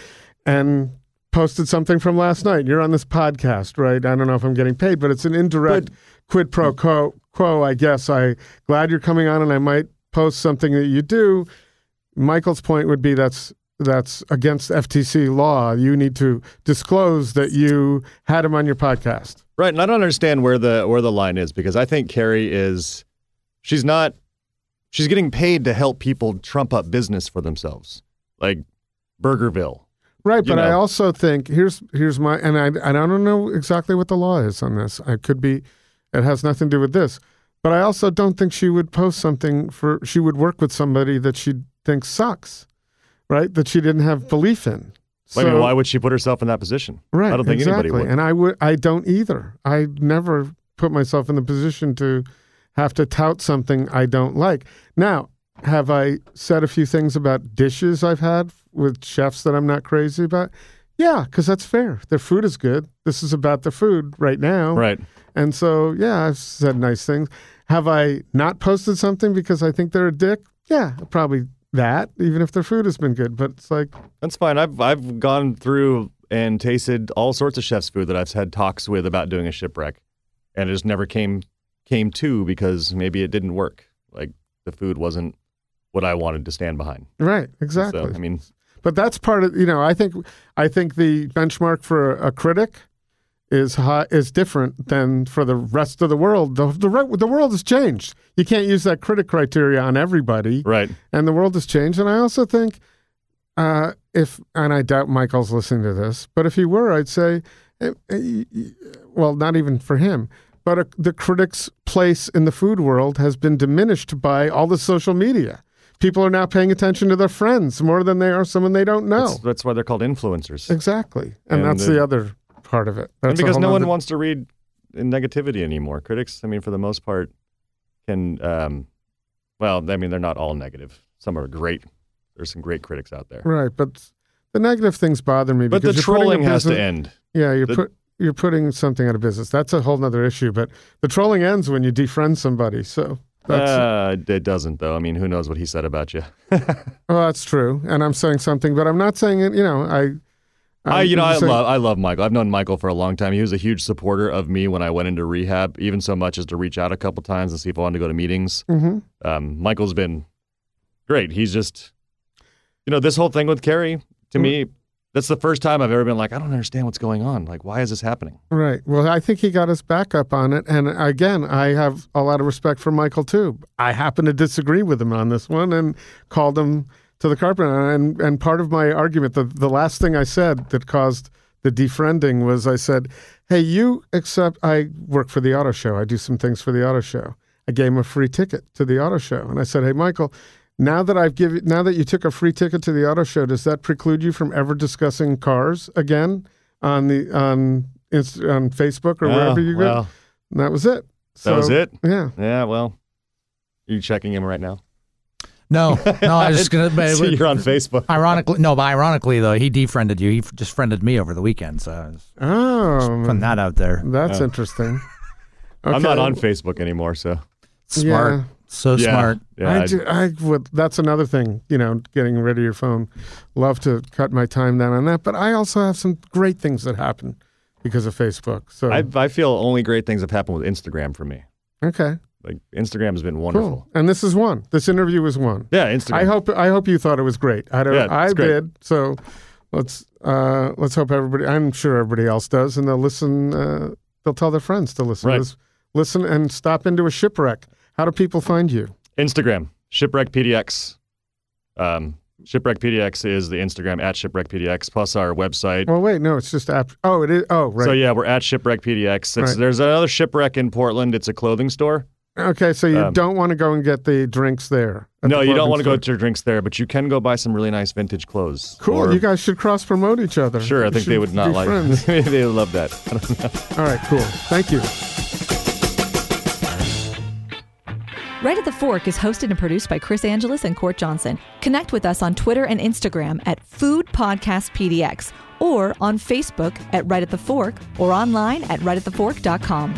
Speaker 2: and posted something from last night you're on this podcast right i don't know if i'm getting paid but it's an indirect quid pro quo, quo i guess i glad you're coming on and i might post something that you do michael's point would be that's that's against ftc law you need to disclose that you had him on your podcast
Speaker 4: Right, and I don't understand where the where the line is because I think Carrie is she's not she's getting paid to help people trump up business for themselves. Like Burgerville.
Speaker 2: Right,
Speaker 4: you
Speaker 2: but I
Speaker 4: know.
Speaker 2: also think here's here's my and I and I don't know exactly what the law is on this. I could be it has nothing to do with this. But I also don't think she would post something for she would work with somebody that she thinks sucks, right? That she didn't have belief in.
Speaker 4: I mean, why would she put herself in that position?
Speaker 2: right,
Speaker 4: I don't think
Speaker 2: exactly.
Speaker 4: anybody would.
Speaker 2: And I would I don't either. I never put myself in the position to have to tout something I don't like. Now, have I said a few things about dishes I've had with chefs that I'm not crazy about? Yeah, because that's fair. Their food is good. This is about the food right now.
Speaker 4: Right.
Speaker 2: And so, yeah, I've said nice things. Have I not posted something because I think they're a dick? Yeah, probably that, even if their food has been good. But it's like,
Speaker 4: That's fine. I've I've gone through and tasted all sorts of chef's food that I've had talks with about doing a shipwreck, and it just never came came to because maybe it didn't work. Like the food wasn't what I wanted to stand behind.
Speaker 2: right, exactly.
Speaker 4: So I mean,
Speaker 2: But that's part of you know. I think I think the benchmark for a critic is high, is different than for the rest of the world. The, the re- the world has changed. You can't use that critic criteria on everybody,
Speaker 4: right.
Speaker 2: and the world has changed. And I also think uh, if and I doubt Michael's listening to this, but if he were, I'd say, eh, eh, eh, well, not even for him. But a, the critic's place in the food world has been diminished by all the social media. People are now paying attention to their friends more than they are someone they don't know.
Speaker 4: That's, that's why they're called influencers.
Speaker 2: Exactly. And,
Speaker 4: And
Speaker 2: that's
Speaker 4: the-
Speaker 2: the other part of it.
Speaker 4: and
Speaker 2: That's a
Speaker 4: because
Speaker 2: whole
Speaker 4: no one
Speaker 2: nother-
Speaker 4: wants to read negativity anymore. Critics, I mean, for the most part, can um, well, I mean, they're not all negative. Some are great. There's some great critics out there.
Speaker 2: Right, but the negative things bother me
Speaker 4: But the
Speaker 2: because you're putting a
Speaker 4: trolling has to
Speaker 2: business-
Speaker 4: end.
Speaker 2: Yeah, you're
Speaker 4: The-
Speaker 2: put you're putting something out of business. That's a whole nother issue, but the trolling ends when you defriend somebody. So that's
Speaker 4: Uh, it doesn't though. I mean, who knows what he said about you?
Speaker 2: oh, that's true. And I'm saying something, but I'm not saying it, you know, I
Speaker 4: I,
Speaker 2: I'm
Speaker 4: you know, I
Speaker 2: just saying-
Speaker 4: love, I love Michael. I've known Michael for a long time. He was a huge supporter of me when I went into rehab, even so much as to reach out a couple times and see if I wanted to go to meetings.
Speaker 2: Mhm.
Speaker 4: Um, Michael's been great. He's just, you know, this whole thing with Carrie to
Speaker 2: Mm-hmm.
Speaker 4: me, that's the first time I've ever been like, I don't understand what's going on. Like, why is this happening?
Speaker 2: Right. Well, I think he got us back up on it. And again, I have a lot of respect for Michael, too. I happen to disagree with him on this one and called him to the carpet. And, and part of my argument, the, the last thing I said that caused the defriending was I said, Hey, you accept, I work for the auto show. I do some things for the auto show. I gave him a free ticket to the auto show. And I said, Hey, Michael, now that I've given, now that you took a free ticket to the auto show, does that preclude you from ever discussing cars again on the on Inst- on Facebook or
Speaker 4: Oh,
Speaker 2: wherever you go.
Speaker 4: well,
Speaker 2: And that was it. So,
Speaker 4: that was it.
Speaker 2: Yeah.
Speaker 4: Yeah. Well, you checking him right now?
Speaker 1: No, no, I was just gonna. But
Speaker 4: so you're on Facebook.
Speaker 1: ironically, no, but ironically though, he defriended you. He f- just friended me over the weekend, so I was
Speaker 2: Oh,
Speaker 1: putting that out there.
Speaker 2: that's interesting.
Speaker 4: I'm not
Speaker 2: Okay.
Speaker 4: on Facebook anymore, so
Speaker 1: Smart,
Speaker 2: Yeah.
Speaker 1: so
Speaker 4: yeah,
Speaker 1: smart.
Speaker 4: Yeah,
Speaker 2: I,
Speaker 4: I-
Speaker 2: do, I would. That's another thing, you know, getting rid of your phone. Love to cut my time down on that, but I also have some great things that happen because of Facebook. So
Speaker 4: I, I feel only great things have happened with Instagram for me.
Speaker 2: okay,
Speaker 4: Like Instagram has been wonderful.
Speaker 2: cool. And this is one. This interview is one.
Speaker 4: Yeah, Instagram.
Speaker 2: I hope. I hope you thought it was great. I don't.
Speaker 4: Yeah, it's
Speaker 2: I
Speaker 4: great.
Speaker 2: did. So let's uh, let's hope everybody. I'm sure everybody else does, and they'll listen. Uh, they'll tell their friends to listen.
Speaker 4: Right.
Speaker 2: Lis- Listen and stop into a shipwreck. How do people find you?
Speaker 4: Instagram, Shipwreck PDX. Um, Shipwreck PDX is the Instagram at Shipwreck PDX plus our website.
Speaker 2: Well, wait, no, it's just app. Oh, it is. Oh, right.
Speaker 4: So yeah, we're at Shipwreck PDX. It's,
Speaker 2: Right.
Speaker 4: There's another shipwreck in Portland. It's a clothing store.
Speaker 2: Okay, so you
Speaker 4: Um,
Speaker 2: don't want to go and get the drinks there. at
Speaker 4: no,
Speaker 2: the
Speaker 4: you
Speaker 2: club
Speaker 4: don't
Speaker 2: and
Speaker 4: want to go
Speaker 2: stuff.
Speaker 4: to your drinks there, but you can go buy some really nice vintage clothes.
Speaker 2: Cool.
Speaker 4: Or-
Speaker 2: you guys should cross promote each other.
Speaker 4: sure, I
Speaker 2: You
Speaker 4: think they
Speaker 2: should
Speaker 4: would not
Speaker 2: be
Speaker 4: like.
Speaker 2: friends.
Speaker 4: they would love that.
Speaker 2: All right, cool. Thank you.
Speaker 3: Right at the Fork is hosted and produced by Chris Angeles and Court Johnson. Connect with us on Twitter and Instagram at Food Podcast PDX or on Facebook at Right at the Fork or online at rightatthefork.com.